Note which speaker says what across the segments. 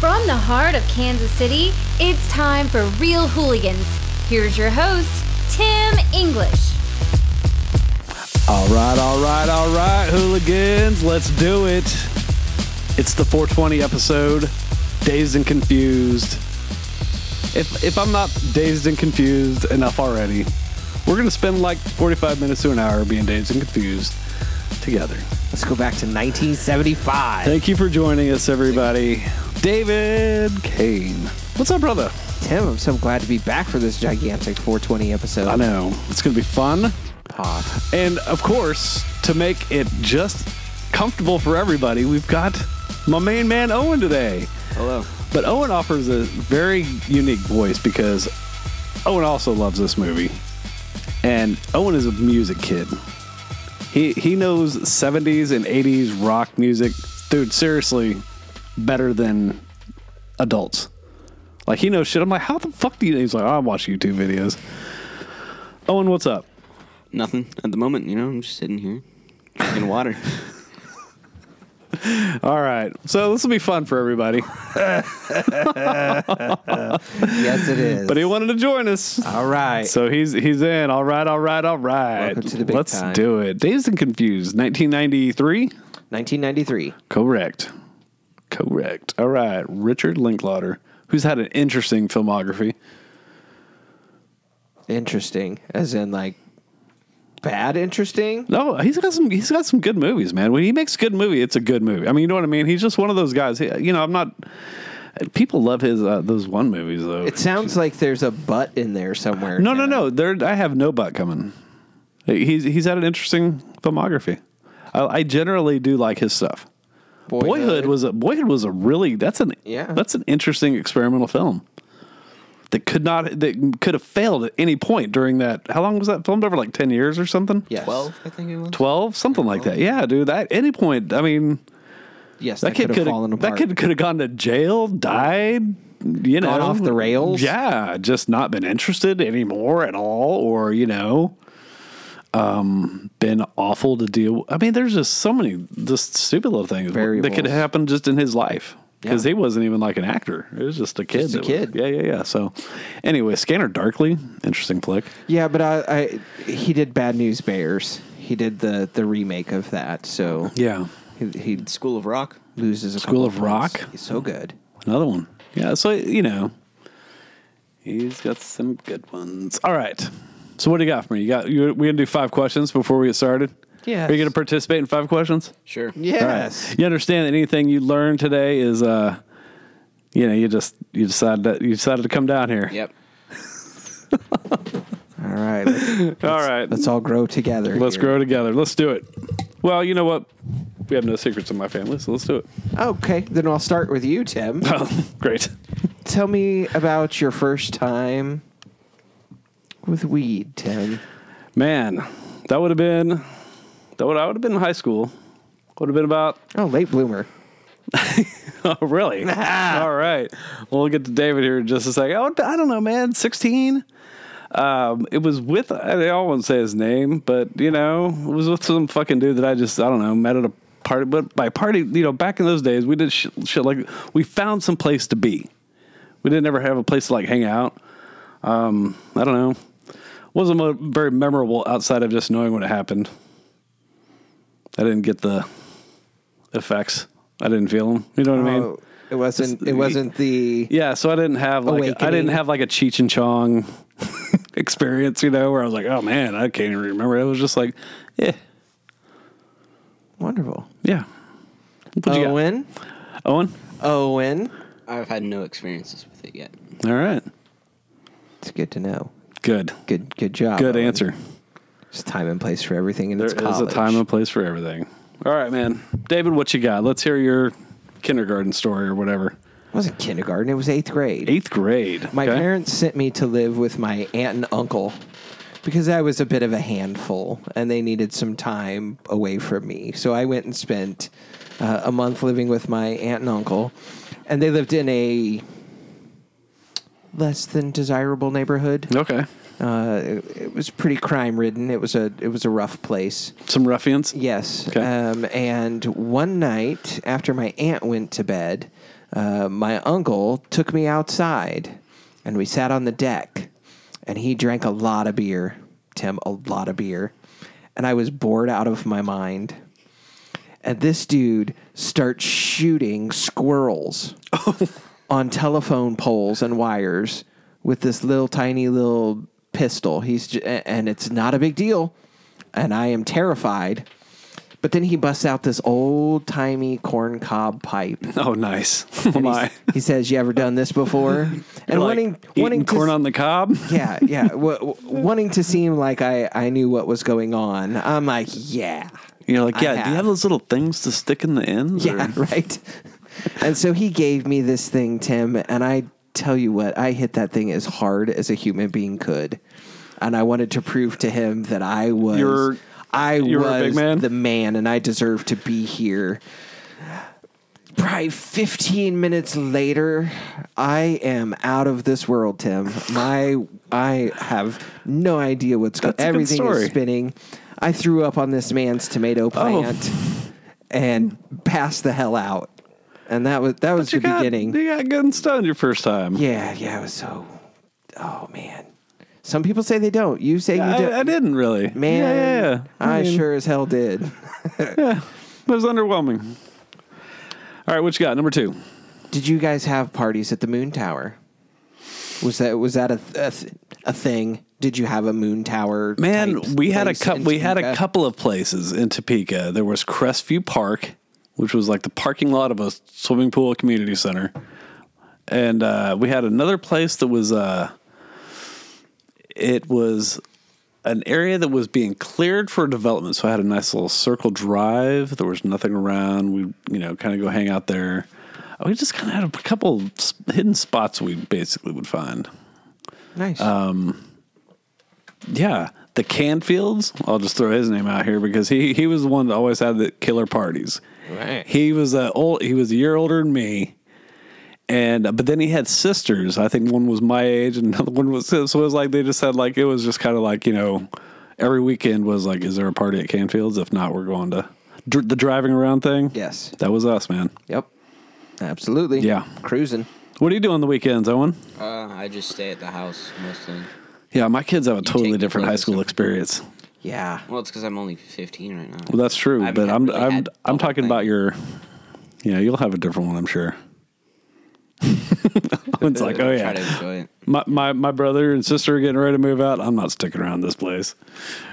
Speaker 1: From the heart of Kansas City, it's time for Real Hooligans. Here's your host, Tim English.
Speaker 2: All right, all right, all right, hooligans, let's do it. It's the 420 episode, Dazed and Confused. If, if I'm not dazed and confused enough already, we're going to spend like 45 minutes to an hour being dazed and confused together.
Speaker 3: Let's go back to 1975.
Speaker 2: Thank you for joining us, everybody. David Kane. What's up, brother?
Speaker 3: Tim, I'm so glad to be back for this gigantic 420 episode.
Speaker 2: I know. It's going to be fun.
Speaker 3: Hot.
Speaker 2: And of course, to make it just comfortable for everybody, we've got my main man Owen today.
Speaker 3: Hello.
Speaker 2: But Owen offers a very unique voice because Owen also loves this movie. And Owen is a music kid. He he knows 70s and 80s rock music, dude, seriously, better than adults. Like he knows shit. I'm like, how the fuck do you? He's like, I watch YouTube videos. Owen, what's up?
Speaker 4: Nothing at the moment, you know. I'm just sitting here drinking water.
Speaker 2: All right. So this will be fun for everybody.
Speaker 3: Yes, it is.
Speaker 2: But he wanted to join us.
Speaker 3: All right.
Speaker 2: So he's he's in. All right, all right, all right.
Speaker 3: Welcome to the big
Speaker 2: Let's
Speaker 3: time.
Speaker 2: do it. Dazed and Confused, 1993.
Speaker 3: 1993.
Speaker 2: Correct. Correct. All right. Richard Linklater, who's had an interesting filmography.
Speaker 3: Interesting. As in, like, bad interesting?
Speaker 2: No, he's got some. He's got some good movies, man. When he makes a good movie, it's a good movie. I mean, you know what I mean. He's just one of those guys. He, you know, I'm not. People love his uh, those one movies though.
Speaker 3: It sounds like there's a butt in there somewhere.
Speaker 2: No, no,
Speaker 3: Tim.
Speaker 2: no. There, I have no butt coming. He's he's had an interesting filmography. I, I generally do like his stuff. Boyhood. was a Boyhood was a really that's an
Speaker 3: Yeah.
Speaker 2: that's an interesting experimental film that could not that could have failed at any point during that. How long was that filmed over? Like ten years or something.
Speaker 3: Yes.
Speaker 4: Twelve, I think it was.
Speaker 2: 12 something like that yeah dude at any point i mean
Speaker 3: Yes,
Speaker 2: that, kid
Speaker 3: could've
Speaker 2: could
Speaker 3: fallen
Speaker 2: have that
Speaker 3: apart.
Speaker 2: kid could have gone to jail died you know
Speaker 3: Gone off the rails?
Speaker 2: yeah just not been interested anymore at all or you know um been awful to deal i mean there's just so many just stupid little things that could
Speaker 3: Variables.
Speaker 2: happen just in his life because
Speaker 3: Yeah.
Speaker 2: he wasn't even like an actor it was just a kid
Speaker 3: Just a
Speaker 2: that was-
Speaker 3: kid.
Speaker 2: yeah yeah yeah so anyway scanner darkly interesting flick
Speaker 3: Yeah, but I, I he did Bad News Bears. He did the the remake of that. So
Speaker 2: yeah
Speaker 3: he, he
Speaker 4: School of Rock.
Speaker 3: loses a
Speaker 2: School
Speaker 3: couple
Speaker 2: of
Speaker 3: points.
Speaker 2: Rock?
Speaker 3: He's so good.
Speaker 2: Another one. Yeah, so you know, he's got some good ones. All right. So what do you got for me? You got you, we gonna do five questions before we get started.
Speaker 3: Yes.
Speaker 2: Are you gonna participate in five questions?
Speaker 4: Sure.
Speaker 2: All right. You understand that anything you learn today is uh, you know, you just you decided that you decided to come down here.
Speaker 4: Yep.
Speaker 3: All right. Let's,
Speaker 2: All right.
Speaker 3: let's all grow together.
Speaker 2: let's
Speaker 3: here.
Speaker 2: grow together. Let's do it. Well, you know what? We have no secrets in my family, so let's do it. Oh,
Speaker 3: Okay, then I'll start with you, Tim.
Speaker 2: Great.
Speaker 3: Tell me about your first time with weed, Tim.
Speaker 2: Man, that would have been that would I would have been in high school. Would have been about
Speaker 3: Oh, late bloomer.
Speaker 2: Oh, really? All right. Well, we'll get to David here in just a second. Oh, I don't know, man. 16? Um, it was with, I I won't say his name, but, you know, it was with some fucking dude that I just, I don't know, met at a party. But by party, you know, back in those days, we did shit, shit like, we found some place to be. We didn't ever have a place to, like, hang out. Um, I don't know. Wasn't mo- very memorable outside of just knowing when it happened. I didn't get the effects. I didn't feel them. You know what I mean?
Speaker 3: oh, it wasn't. It wasn't the.
Speaker 2: Yeah, so I didn't have like I didn't
Speaker 3: Awakening.
Speaker 2: have like a Cheech and Chong experience, you know, where I was like, oh man, I can't even remember. It was just like, yeah,
Speaker 3: Wonderful.
Speaker 2: yeah. What you
Speaker 3: Owen.
Speaker 2: got, Owen?
Speaker 3: Owen.
Speaker 4: I've had no experiences with it yet.
Speaker 2: All right,
Speaker 3: It's good to know.
Speaker 2: good,
Speaker 3: Good. Good job.
Speaker 2: good
Speaker 3: Owen.
Speaker 2: answer.
Speaker 3: There's time and place for everything, and
Speaker 2: There
Speaker 3: it's
Speaker 2: is
Speaker 3: college.
Speaker 2: a time and place for everything. All right, man, David, what you got? Let's hear your kindergarten story or whatever.
Speaker 3: It wasn't kindergarten. It was eighth grade.
Speaker 2: Eighth grade.
Speaker 3: My
Speaker 2: okay?
Speaker 3: parents sent me to live with my aunt and uncle because I was a bit of a handful and they needed some time away from me. So I went and spent uh, a month living with my aunt and uncle, and they lived in a less than desirable neighborhood.
Speaker 2: Okay.
Speaker 3: Uh, it, it was pretty crime ridden. It was a it was a rough place.
Speaker 2: Some ruffians.
Speaker 3: Yes.
Speaker 2: Okay.
Speaker 3: Um, and one night after my aunt went to bed, uh, my uncle took me outside and we sat on the deck and he drank a lot of beer, Tim, a lot of beer. And I was bored out of my mind. And this dude starts shooting squirrels on telephone poles and wires with this little tiny little pistol. He's j- and it's not a big deal, and I am terrified. But then he busts out this old timey corn cob pipe.
Speaker 2: Oh, nice. Oh
Speaker 3: And he's-
Speaker 2: my.
Speaker 3: He says, "You ever done this before?" And
Speaker 2: You're like
Speaker 3: wanting
Speaker 2: eating
Speaker 3: wanting to
Speaker 2: corn
Speaker 3: s-
Speaker 2: on the cob.
Speaker 3: yeah, yeah, w- w- wanting to seem like I I knew what was going on. I'm like, yeah.
Speaker 2: You're like,
Speaker 3: I
Speaker 2: yeah. Do you
Speaker 3: have.
Speaker 2: have those little things to stick in the ends? or-
Speaker 3: Yeah, right. and so he gave me this thing, Tim, and I tell you what, I hit that thing as hard as a human being could. And I wanted to prove to him that I was
Speaker 2: You're-
Speaker 3: I
Speaker 2: you were a
Speaker 3: was
Speaker 2: big man?
Speaker 3: the man and I deserved to be here. Probably 15 minutes later, I am out of this world, Tim. My I have no idea what's going
Speaker 2: That's a good
Speaker 3: everything
Speaker 2: story. Oh.
Speaker 3: is spinning. I threw up on this man's tomato plant and passed the hell out. And that was that was the
Speaker 2: You got,
Speaker 3: beginning.
Speaker 2: you got good and stunned your first time.
Speaker 3: Yeah, yeah, it was so oh man. Some people say they don't. You say you do
Speaker 2: I, I didn't really.
Speaker 3: Man,
Speaker 2: Yeah, yeah, yeah.
Speaker 3: I,
Speaker 2: mean,
Speaker 3: sure as hell did.
Speaker 2: It was underwhelming. All right, what you got? Number two.
Speaker 3: Did you guys have parties at the Moon Tower? Was that was that a th- a, th- a thing? Did you have a Moon Tower?
Speaker 2: Man,
Speaker 3: type
Speaker 2: we had a
Speaker 3: place
Speaker 2: couple.
Speaker 3: in
Speaker 2: We had a
Speaker 3: Topeka?
Speaker 2: couple of places in Topeka. There was Crestview Park, which was like the parking lot of a swimming pool community center, and uh, we had another place that was. Uh, it was an area that was being cleared for development. So I had a nice little circle drive. There was nothing around. We, you know, kind of go hang out there. We just kind of had a couple s- hidden spots we basically would find.
Speaker 3: Nice.
Speaker 2: Uh, Yeah, the Canfields. I'll just throw his name out here because he he was the one that always had the killer parties.
Speaker 3: Right.
Speaker 2: He was uh, old. He was a year older than me, and but then he had sisters. I think one was my age and another one was so it was like they just had like it was just kind of like you know every weekend was like is there a party at Canfields? If not, we're going to dr- the driving around thing.
Speaker 3: yes.
Speaker 2: that was us, man.
Speaker 3: Yep. Absolutely.
Speaker 2: Yeah.
Speaker 3: Cruising.
Speaker 2: What do you do on the weekends, Owen?
Speaker 4: Uh, I just stay at the house mostly.
Speaker 2: Yeah, my kids have a totally
Speaker 4: take
Speaker 2: different high
Speaker 4: clothes
Speaker 2: school
Speaker 4: or-
Speaker 2: experience.
Speaker 3: Yeah.
Speaker 4: Well, it's because I'm only 15 right now.
Speaker 2: Well, that's true,
Speaker 4: I
Speaker 2: but
Speaker 4: haven't
Speaker 2: I'm
Speaker 4: really
Speaker 2: I'm
Speaker 4: had
Speaker 2: I'm
Speaker 4: the whole
Speaker 2: talking
Speaker 4: thing.
Speaker 2: about your. Yeah, you'll have a different one, I'm sure. it's like, oh
Speaker 4: Try to
Speaker 2: yeah,
Speaker 4: enjoy it.
Speaker 2: my, my my brother and sister are getting ready to move out. I'm not sticking around this place.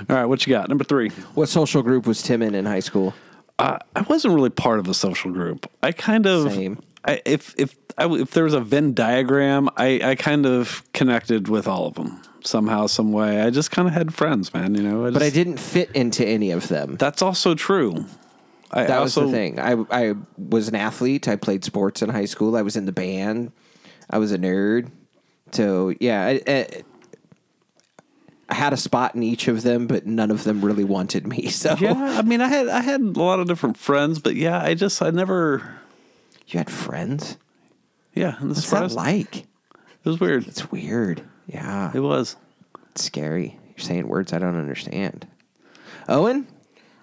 Speaker 2: All right, what you got? Number three.
Speaker 3: What social group was Tim in in high school?
Speaker 2: I, I wasn't really part of a social group. I kind of
Speaker 3: Same.
Speaker 2: I, if if I, if there was a Venn diagram, I I kind of connected with all of them somehow, some way. I just kind of had friends, man. You know,
Speaker 3: But I
Speaker 2: just-
Speaker 3: didn't fit into any of them.
Speaker 2: That's also true. I
Speaker 3: That was
Speaker 2: also,
Speaker 3: the thing. I I was an athlete. I played sports in high school. I was in the band. I was a nerd. So yeah, I, I, I had a spot in each of them, but none of them really wanted me. So
Speaker 2: Yeah, I mean, I had I had a lot of different friends, but yeah, I just I never.
Speaker 3: you had friends.
Speaker 2: Yeah, and this
Speaker 3: What's that like?
Speaker 2: It was weird.
Speaker 3: It's weird. Yeah,
Speaker 2: It was.
Speaker 3: it's scary. You're saying words I don't understand. Owen,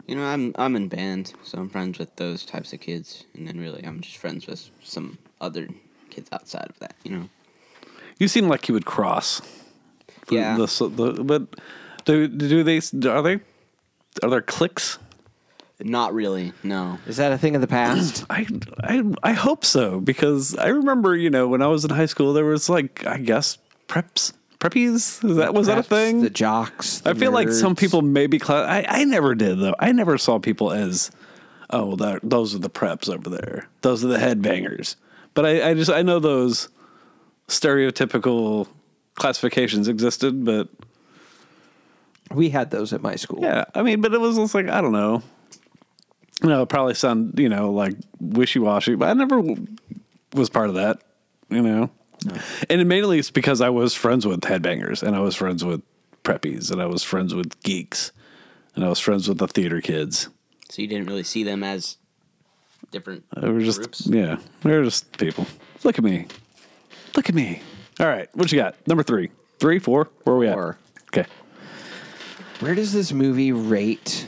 Speaker 4: You know, I'm I'm in band, so I'm friends with those types of kids, and then really I'm just friends with some other kids outside of that. You know.
Speaker 2: You seem like you would cross. for
Speaker 4: Yeah.
Speaker 2: The, so- the- but do do they are they are there clicks?
Speaker 4: Not really. No.
Speaker 3: is that a thing of the past?
Speaker 2: I, I I hope so because I remember you know when I was in high school there was like I guess preps preppies is that was that a
Speaker 3: Perhaps
Speaker 2: thing?
Speaker 3: The jocks. the
Speaker 2: I feel like some
Speaker 3: nerds?
Speaker 2: people maybe class. I, I never did though. I never saw people as, oh, that, those are the preps over there. Those are the headbangers. But I, I just I know those stereotypical classifications existed. But
Speaker 3: We had those at my school.
Speaker 2: yeah, I mean, but it was just like I don't know. No, it probably sound you know like wishy washy, but I never w- was part of that. You know, and mainly it's because I was friends with headbangers, and I was friends with preppies, and I was friends with geeks, and I was friends with the theater kids.
Speaker 4: So you didn't really see them as different.
Speaker 2: They were just
Speaker 4: Groups.
Speaker 2: yeah, they were just people. Look at me, look at me. All right, what you got? Number three, three, four. Where are we at?
Speaker 3: Or
Speaker 2: Okay.
Speaker 3: Where does this movie rate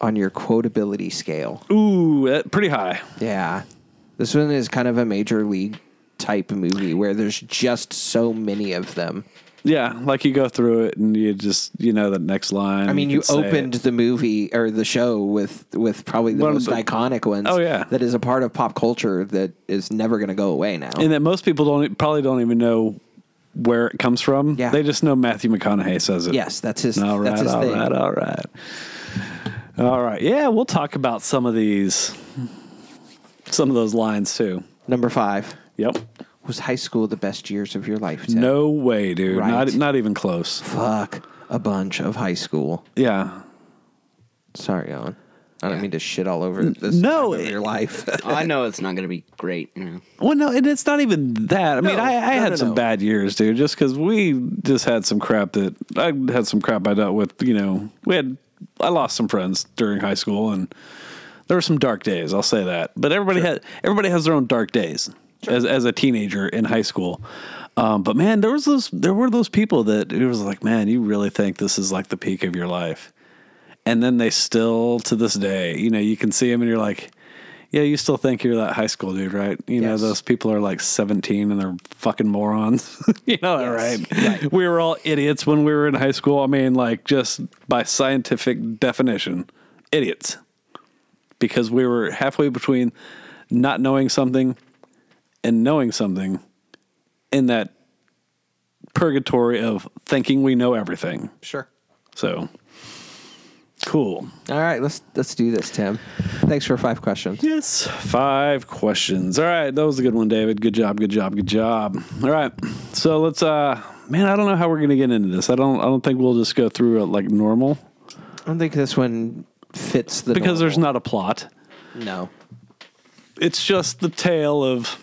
Speaker 3: on your quotability scale?
Speaker 2: Ooh, that, pretty high.
Speaker 3: Yeah. This one is kind of a major league type movie where there's just so many of them.
Speaker 2: Yeah, like you go through it and you just you know the next line.
Speaker 3: I mean, you,
Speaker 2: can say it.
Speaker 3: opened the movie or the show with with probably the
Speaker 2: One of
Speaker 3: most
Speaker 2: the-
Speaker 3: iconic ones.
Speaker 2: Oh, yeah.
Speaker 3: that is a part of pop culture that is never going to go away now.
Speaker 2: and that most people don't e, probably don't even know where it comes from.
Speaker 3: Yeah.
Speaker 2: They just know Matthew McConaughey says it.
Speaker 3: yes, that's his.
Speaker 2: All right,
Speaker 3: that's his
Speaker 2: all
Speaker 3: thing.
Speaker 2: right, all right. All right. Yeah, we'll talk about some of these some of those lines too.
Speaker 3: Number five
Speaker 2: Yep.
Speaker 3: was high school the best years of your life. Tim?
Speaker 2: No way, dude.
Speaker 3: Right.
Speaker 2: Not not even close.
Speaker 3: fuck a bunch of high school.
Speaker 2: Yeah.
Speaker 3: Sorry, Owen. I don't mean to shit all over this.
Speaker 2: no,
Speaker 3: time of
Speaker 2: it-
Speaker 3: your life.
Speaker 4: Oh, I know it's not gonna be great, you know.
Speaker 2: Well, no, and it's not even that. I mean,
Speaker 3: No,
Speaker 2: I, I
Speaker 3: no,
Speaker 2: had
Speaker 3: no,
Speaker 2: some
Speaker 3: no.
Speaker 2: bad years, dude, just because we just had some crap that I had some crap I dealt with. You know, we had, I lost some friends during high school and there were some dark days. I'll say that. But everybody had, everybody has their own dark days as, as a teenager in high school. Um, but man, there was those, there were those people that it was like, man, you really think this is like the peak of your life. And then they still, to this day, you know, you can see them and you're like, yeah, you still think you're that high school dude, right? You know,
Speaker 3: Yes.
Speaker 2: those people are like 17 and they're fucking morons. you know that, right? We were all idiots when we were in high school. I mean, like, just by scientific definition, idiots. Because we were halfway between not knowing something and knowing something in that purgatory of thinking we know everything.
Speaker 3: sure.
Speaker 2: So, cool.
Speaker 3: All right, let's let's do this, Tim. Thanks for five questions.
Speaker 2: Yes. Five questions. All right, that was a good one, David. Good job, good job, good job. All right. So let's uh man, I don't know how we're gonna get into this. I don't I don't think we'll just go through it like normal.
Speaker 3: I don't think this one fits the
Speaker 2: Because there's
Speaker 3: normal.
Speaker 2: not a plot.
Speaker 3: no.
Speaker 2: It's just the tale of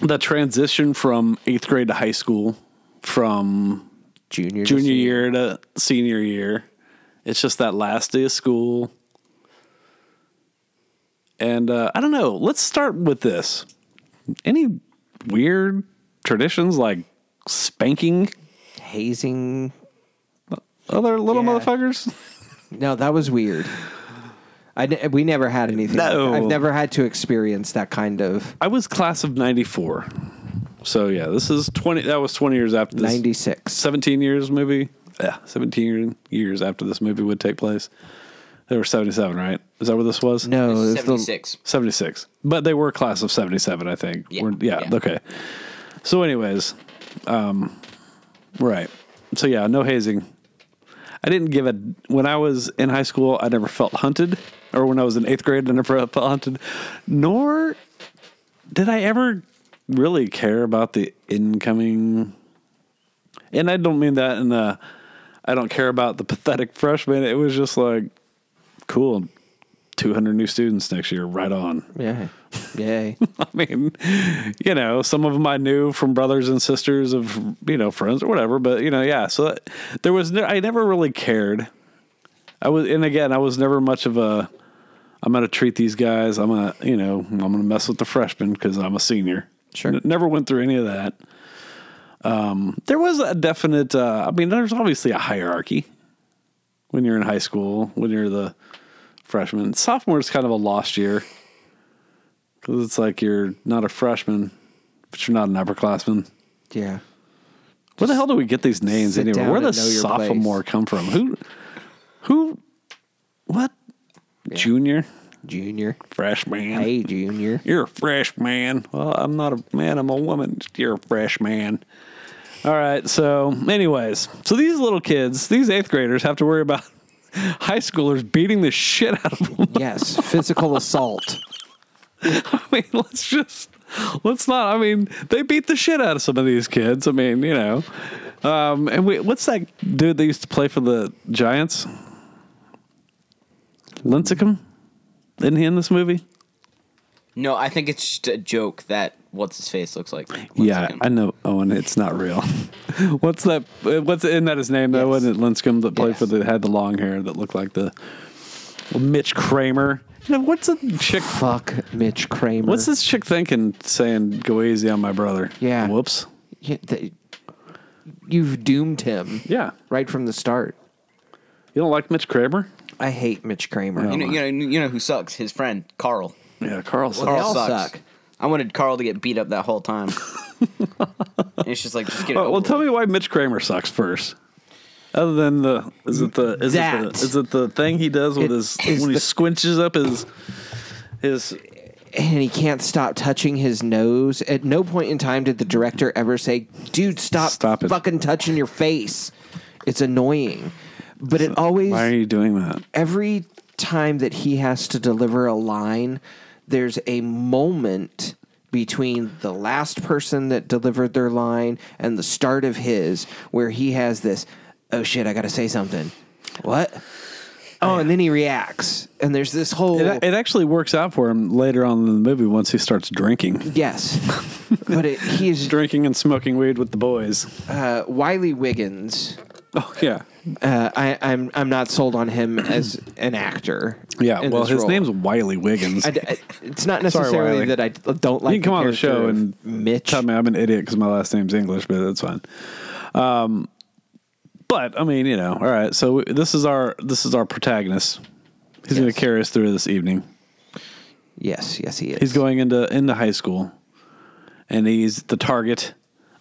Speaker 2: the transition from eighth grade to high school, from
Speaker 3: Junior to
Speaker 2: junior
Speaker 3: senior.
Speaker 2: year to senior year. It's just that last day of school. And uh, I don't know. Let's start with this. Any weird traditions like spanking
Speaker 3: hazing.
Speaker 2: other little
Speaker 3: Yeah.
Speaker 2: motherfuckers?
Speaker 3: No, that was weird. I ne- we never had anything. like
Speaker 2: No.
Speaker 3: that. I've never had to experience that kind of
Speaker 2: I was class of 94. So yeah, this is 20 that was 20 years after this.
Speaker 3: 96.
Speaker 2: 17 years movie. Yeah, 17 years after this movie would take place. They were 77, right? Is that what this was?
Speaker 3: No, it was the-
Speaker 4: Seventy six.
Speaker 2: 76 but they were class of 77 i think
Speaker 4: Yeah,
Speaker 2: We're- yeah,
Speaker 4: yeah.
Speaker 2: okay so anyways um right so yeah no hazing i didn't give a when i was in high school i never felt hunted or when i was in eighth grade i never felt hunted nor did i ever really care about the incoming and i don't mean that in the i don't care about the pathetic freshman it was just like cool 200 new students next year right on
Speaker 3: yeah, yay.
Speaker 2: I mean, you know, some of them I knew from brothers and sisters of, you know, friends or whatever. But, you know, yeah. So that, there was, no, I never really cared. I was, and again, I was never much of a, I'm going to treat these guys. I'm going to, you know, I'm going to mess with the freshmen because I'm a senior.
Speaker 3: Sure.
Speaker 2: never went through any of that. Um, there was a definite, uh, I mean, there's obviously a hierarchy when you're in high school, when you're the freshman. Sophomore is kind of a lost year. Because it's like you're not a freshman, but you're not an upperclassman.
Speaker 3: yeah,
Speaker 2: Where the hell do we get these names
Speaker 3: sit
Speaker 2: anyway?
Speaker 3: down
Speaker 2: Where
Speaker 3: and
Speaker 2: does
Speaker 3: know your
Speaker 2: sophomore come from? Who, who, what? Junior,
Speaker 3: junior.
Speaker 2: freshman.
Speaker 3: Hey, junior.
Speaker 2: You're a freshman. Well, I'm not a man. I'm a woman. You're a freshman. All right. So, anyways, so these little kids, these eighth graders, have to worry about high schoolers beating the shit out of them.
Speaker 3: Yes, physical assault.
Speaker 2: I mean, let's just let's not. I mean, they beat the shit out of some of these kids. I mean, you know, um, and we, what's that dude that used to play for the Giants? Lincecum, isn't he in this movie?
Speaker 4: No, I think it's just a joke that what's his face looks like. One
Speaker 2: yeah,
Speaker 4: second.
Speaker 2: I know Owen. It's not real. what's that? uh, What's isn't that his name though?
Speaker 3: Yes.
Speaker 2: Wasn't it Lincecum that played
Speaker 3: Yes.
Speaker 2: for the had the long hair that looked like the well, Mitch Kramer? You know, what's a chick?
Speaker 3: Fuck Mitch Kramer.
Speaker 2: What's this chick thinking? Saying go easy on my brother.
Speaker 3: Yeah.
Speaker 2: Whoops.
Speaker 3: Yeah, they- you've doomed him.
Speaker 2: Yeah.
Speaker 3: Right from the start.
Speaker 2: You don't like Mitch Kramer?
Speaker 3: I hate Mitch Kramer.
Speaker 2: Oh
Speaker 4: You know, you know, you know who sucks? His friend Carl.
Speaker 2: Yeah, Carl
Speaker 3: They
Speaker 4: Carl
Speaker 3: all
Speaker 4: sucks.
Speaker 3: suck.
Speaker 4: I wanted Carl to get beat up that whole time. And it's just like just get it.
Speaker 2: Well, well,
Speaker 4: over
Speaker 2: tell
Speaker 4: with.
Speaker 2: me why Mitch Kramer sucks first. Other than the is it the is it
Speaker 3: That.
Speaker 2: the, is it the thing he does with
Speaker 3: It
Speaker 2: his
Speaker 3: is
Speaker 2: when he
Speaker 3: the-
Speaker 2: squinches up his his
Speaker 3: And he can't stop touching his nose. At no point in time did the director ever say, dude, stop,
Speaker 2: Stop it.
Speaker 3: fucking touching your face. It's annoying. But it always
Speaker 2: why are you doing that?
Speaker 3: every time that he has to deliver a line, there's a moment between the last person that delivered their line and the start of his where he has this, oh shit, I gotta say something. What? Oh, and then he reacts. And there's this whole
Speaker 2: It, it actually works out for him later on in the movie once he starts drinking,
Speaker 3: yes. but it, he is
Speaker 2: drinking and smoking weed with the boys.
Speaker 3: uh, Wiley Wiggins.
Speaker 2: Oh yeah,
Speaker 3: Uh, I, I'm I'm not sold on him as an actor.
Speaker 2: yeah.
Speaker 3: in
Speaker 2: well,
Speaker 3: this
Speaker 2: his
Speaker 3: role.
Speaker 2: name's Wiley Wiggins.
Speaker 3: I d- I- it's not
Speaker 2: Sorry,
Speaker 3: necessarily
Speaker 2: Wiley.
Speaker 3: that I d- don't like.
Speaker 2: you can come on the
Speaker 3: character
Speaker 2: show
Speaker 3: of
Speaker 2: and
Speaker 3: Mitch.
Speaker 2: tell me I'm an idiot because my last name's English, but that's fine. Um, but I mean, you know, all right. So this is our this is our protagonist. He's going
Speaker 3: Yes.
Speaker 2: to carry us through this evening.
Speaker 3: Yes, yes, he is.
Speaker 2: He's going into into high school, and he's the target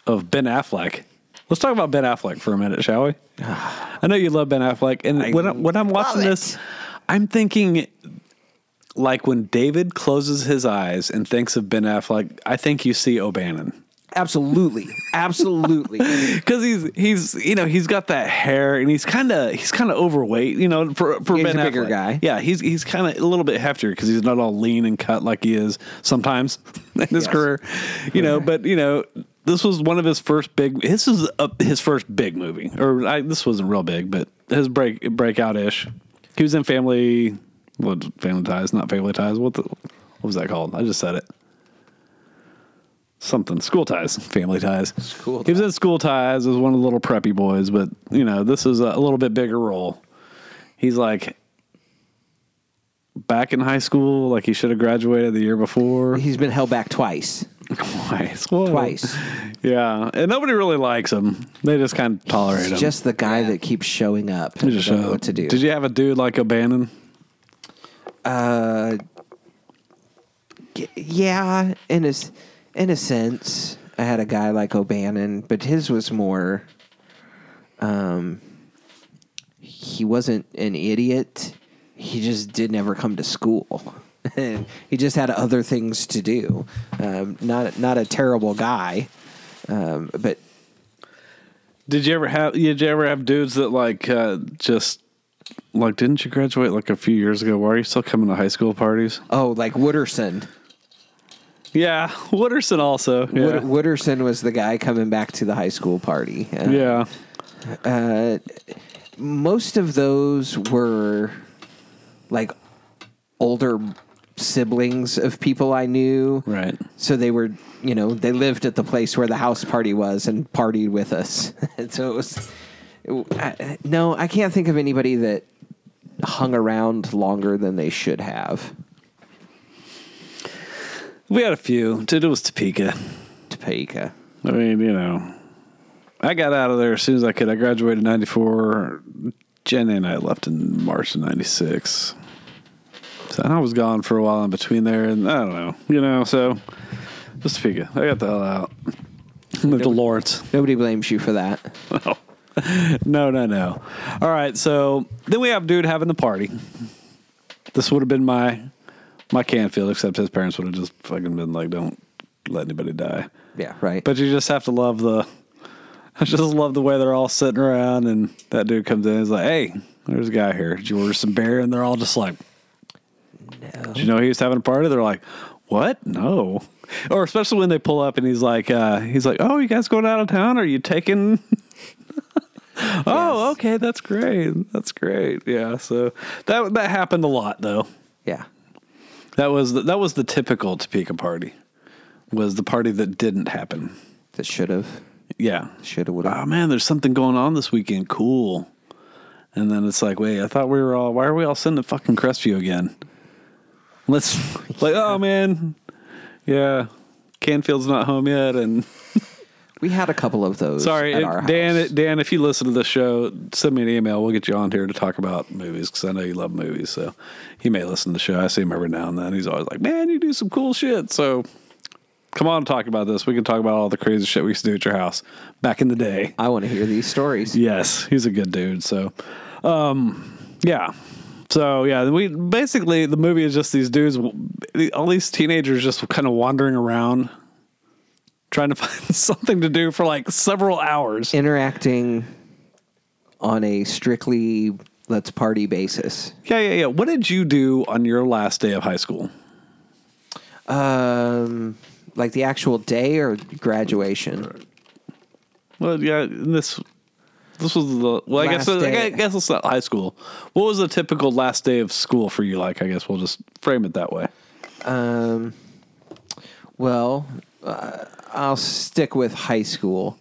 Speaker 2: of Ben Affleck. Let's talk about Ben Affleck for a minute, shall we? I know you love Ben Affleck, and when I, when I'm watching
Speaker 3: Ah. love
Speaker 2: this, I'm thinking like when David closes his eyes and thinks of Ben Affleck, I think you see O'Bannon
Speaker 3: absolutely, absolutely.
Speaker 2: because he's he's you know he's got that hair and he's kind of he's kind of overweight you know for for
Speaker 3: Yeah, he's
Speaker 2: Ben
Speaker 3: a bigger
Speaker 2: Affleck.
Speaker 3: guy.
Speaker 2: yeah he's he's kind of a little bit heftier because he's not all lean and cut like he is sometimes in his
Speaker 3: Yes.
Speaker 2: career you know but you know this was one of his first big this is uh his first big movie or I, this wasn't real big but his break breakout ish he was in Family what Family Ties not Family Ties what the what was that called I just said it something school ties family ties
Speaker 3: School
Speaker 2: he was in school ties as one of the little preppy boys but you know this is a little bit bigger role he's like back in high school like he should have graduated the year before
Speaker 3: He's been held back twice.
Speaker 2: twice Whoa.
Speaker 3: Twice.
Speaker 2: yeah and nobody really likes him they just kind of tolerate him
Speaker 3: It's just the guy that keeps showing up.
Speaker 2: They
Speaker 3: and
Speaker 2: um, just
Speaker 3: don't know
Speaker 2: show up.
Speaker 3: what to do.
Speaker 2: did you have a dude like O'Bannon
Speaker 3: G- yeah, in a s- in a sense, I had a guy like O'Bannon, but his was more. Um, he wasn't an idiot. He just did never come to school. And he just had other things to do. Um, not not a terrible guy, um, but
Speaker 2: Did you ever have? Did you ever have dudes that like uh, just like? Didn't you graduate like a few years ago? Why are you still coming to high school parties?
Speaker 3: oh, like Wooderson.
Speaker 2: Yeah, Wooderson also. Yeah,
Speaker 3: Wood- Wooderson was the guy coming back to the high school party. Uh,
Speaker 2: yeah.
Speaker 3: most of those were like older siblings of people I knew.
Speaker 2: right.
Speaker 3: So they were, you know, they lived at the place where the house party was and partied with us. and so it was. I, no, I can't think of anybody that hung around longer than they should have.
Speaker 2: We had a few. Dude, it was Topeka.
Speaker 3: Topeka.
Speaker 2: I mean, you know, I got out of there as soon as I could. I graduated '94. Jenny and I left in March of '96. So and I was gone for a while in between there, and I don't know, you know. So, just Topeka. I got the hell out. Moved to Lawrence.
Speaker 3: Nobody blames you for that.
Speaker 2: No, no, no. All right, so then we have dude having the party. This would have been my my Canfield, except his parents would have just fucking been like, "Don't let anybody die."
Speaker 3: Yeah, right.
Speaker 2: But you just have to love the. I just love the way they're all sitting around, and that dude comes in. He's like, "Hey, there's a guy here. Did you order some beer?" And they're all just like, "Did you know he was having a party?" They're like, "What? No." Or especially when they pull up and he's like, uh, "He's like, oh, you guys going out of town? Are you taking?" oh, okay, that's great. That's great. Yeah. So that that happened a lot, though.
Speaker 3: yeah.
Speaker 2: That was the, that was the typical Topeka party. Was the party that didn't happen.
Speaker 3: That should have.
Speaker 2: Yeah.
Speaker 3: Should have, would have.
Speaker 2: Oh man, there's something going on this weekend. Cool. And then it's like, wait, I thought we were all. Why are we all sitting at fucking Crestview again? Let's like, oh man, yeah. Canfield's not home yet, and
Speaker 3: We had a couple of those.
Speaker 2: Sorry,
Speaker 3: at
Speaker 2: it-
Speaker 3: our
Speaker 2: Dan.
Speaker 3: house.
Speaker 2: it- Dan, if you listen to the show, send me an email. We'll get you on here to talk about movies because I know you love movies. So he may listen to the show. I see him every now and then. He's always like, "Man, you do some cool shit." So come on, talk about this. We can talk about all the crazy shit we used to do at your house back in the day.
Speaker 3: I want to hear these stories.
Speaker 2: Yes, he's a good dude. So, um, yeah. So yeah, we basically the movie is just these dudes, all these teenagers just kind of wandering around, trying to find something to do for like several hours.
Speaker 3: Interacting on a strictly let's party basis.
Speaker 2: Yeah, yeah, yeah. What did you do on your last day of high school?
Speaker 3: Um, like the actual day or graduation.
Speaker 2: Well, yeah, this this was the well. I guess
Speaker 3: Last
Speaker 2: I
Speaker 3: day.
Speaker 2: guess it's not high school. What was the typical last day of school for you? Like, I guess we'll just frame it that way.
Speaker 3: Um, well, uh, I'll stick with high school.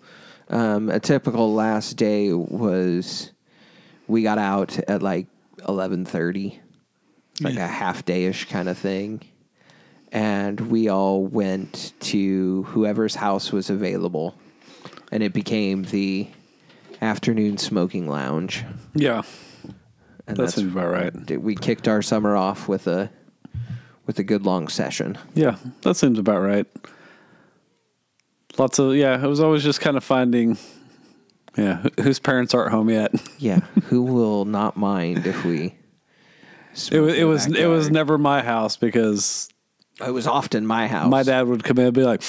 Speaker 3: Um, a typical last day was we got out at like eleven thirty, like a half day ish kind of thing, and we all went to whoever's house was available, and it became the afternoon smoking lounge.
Speaker 2: Yeah,
Speaker 3: And
Speaker 2: that seems about right.
Speaker 3: we kicked our summer off with a with a good long session.
Speaker 2: Yeah, that seems about right. Lots of yeah, it was always just kind of finding yeah, wh- whose parents aren't home yet.
Speaker 3: Yeah, who will not mind if we?
Speaker 2: It
Speaker 3: smoke
Speaker 2: was
Speaker 3: in
Speaker 2: it
Speaker 3: the
Speaker 2: was it was
Speaker 3: backyard?
Speaker 2: never my house because
Speaker 3: It was often my house.
Speaker 2: my dad would come in and be like,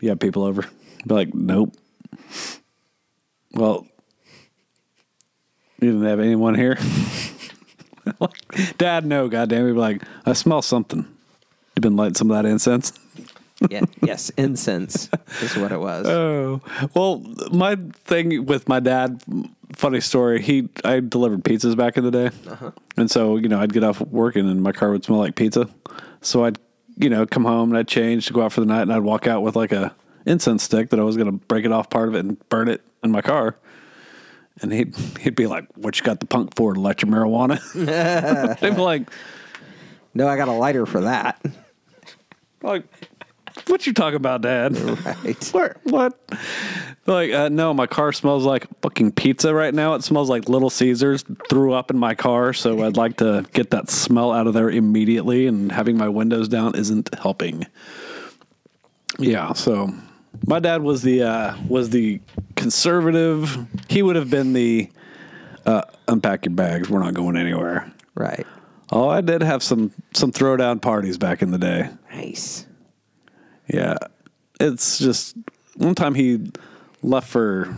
Speaker 2: "You have people over?" I'd be like, "Nope." Well, you didn't have anyone here. Like, dad, no, goddamn. He'd be like, "I smell something." You've been lighting some of that incense.
Speaker 3: Yeah, yes, incense is what it was.
Speaker 2: Oh well, my thing with my dad. Funny story. He I delivered pizzas back in the day, and so you know I'd get off working and my car would smell like pizza. So I'd you know come home and I'd change to go out for the night and I'd walk out with like a incense stick that I was gonna break it off part of it and burn it in my car. And he'd he'd be like, "What you got the punk for to light your marijuana?" They'd be like,
Speaker 3: no, I got a lighter for that.
Speaker 2: "Like, what you talking about, Dad?"
Speaker 3: Right.
Speaker 2: Where, what? Like, uh, no, my car smells like fucking pizza right now. It smells like Little Caesars threw up in my car, so I'd like to get that smell out of there immediately. And having my windows down isn't helping. Yeah, so my dad was the uh, was the conservative. He would have been the uh, unpack your bags. We're not going anywhere.
Speaker 3: Right.
Speaker 2: Oh, I did have some some throwdown parties back in the day.
Speaker 3: Nice.
Speaker 2: Yeah. It's just one time he left for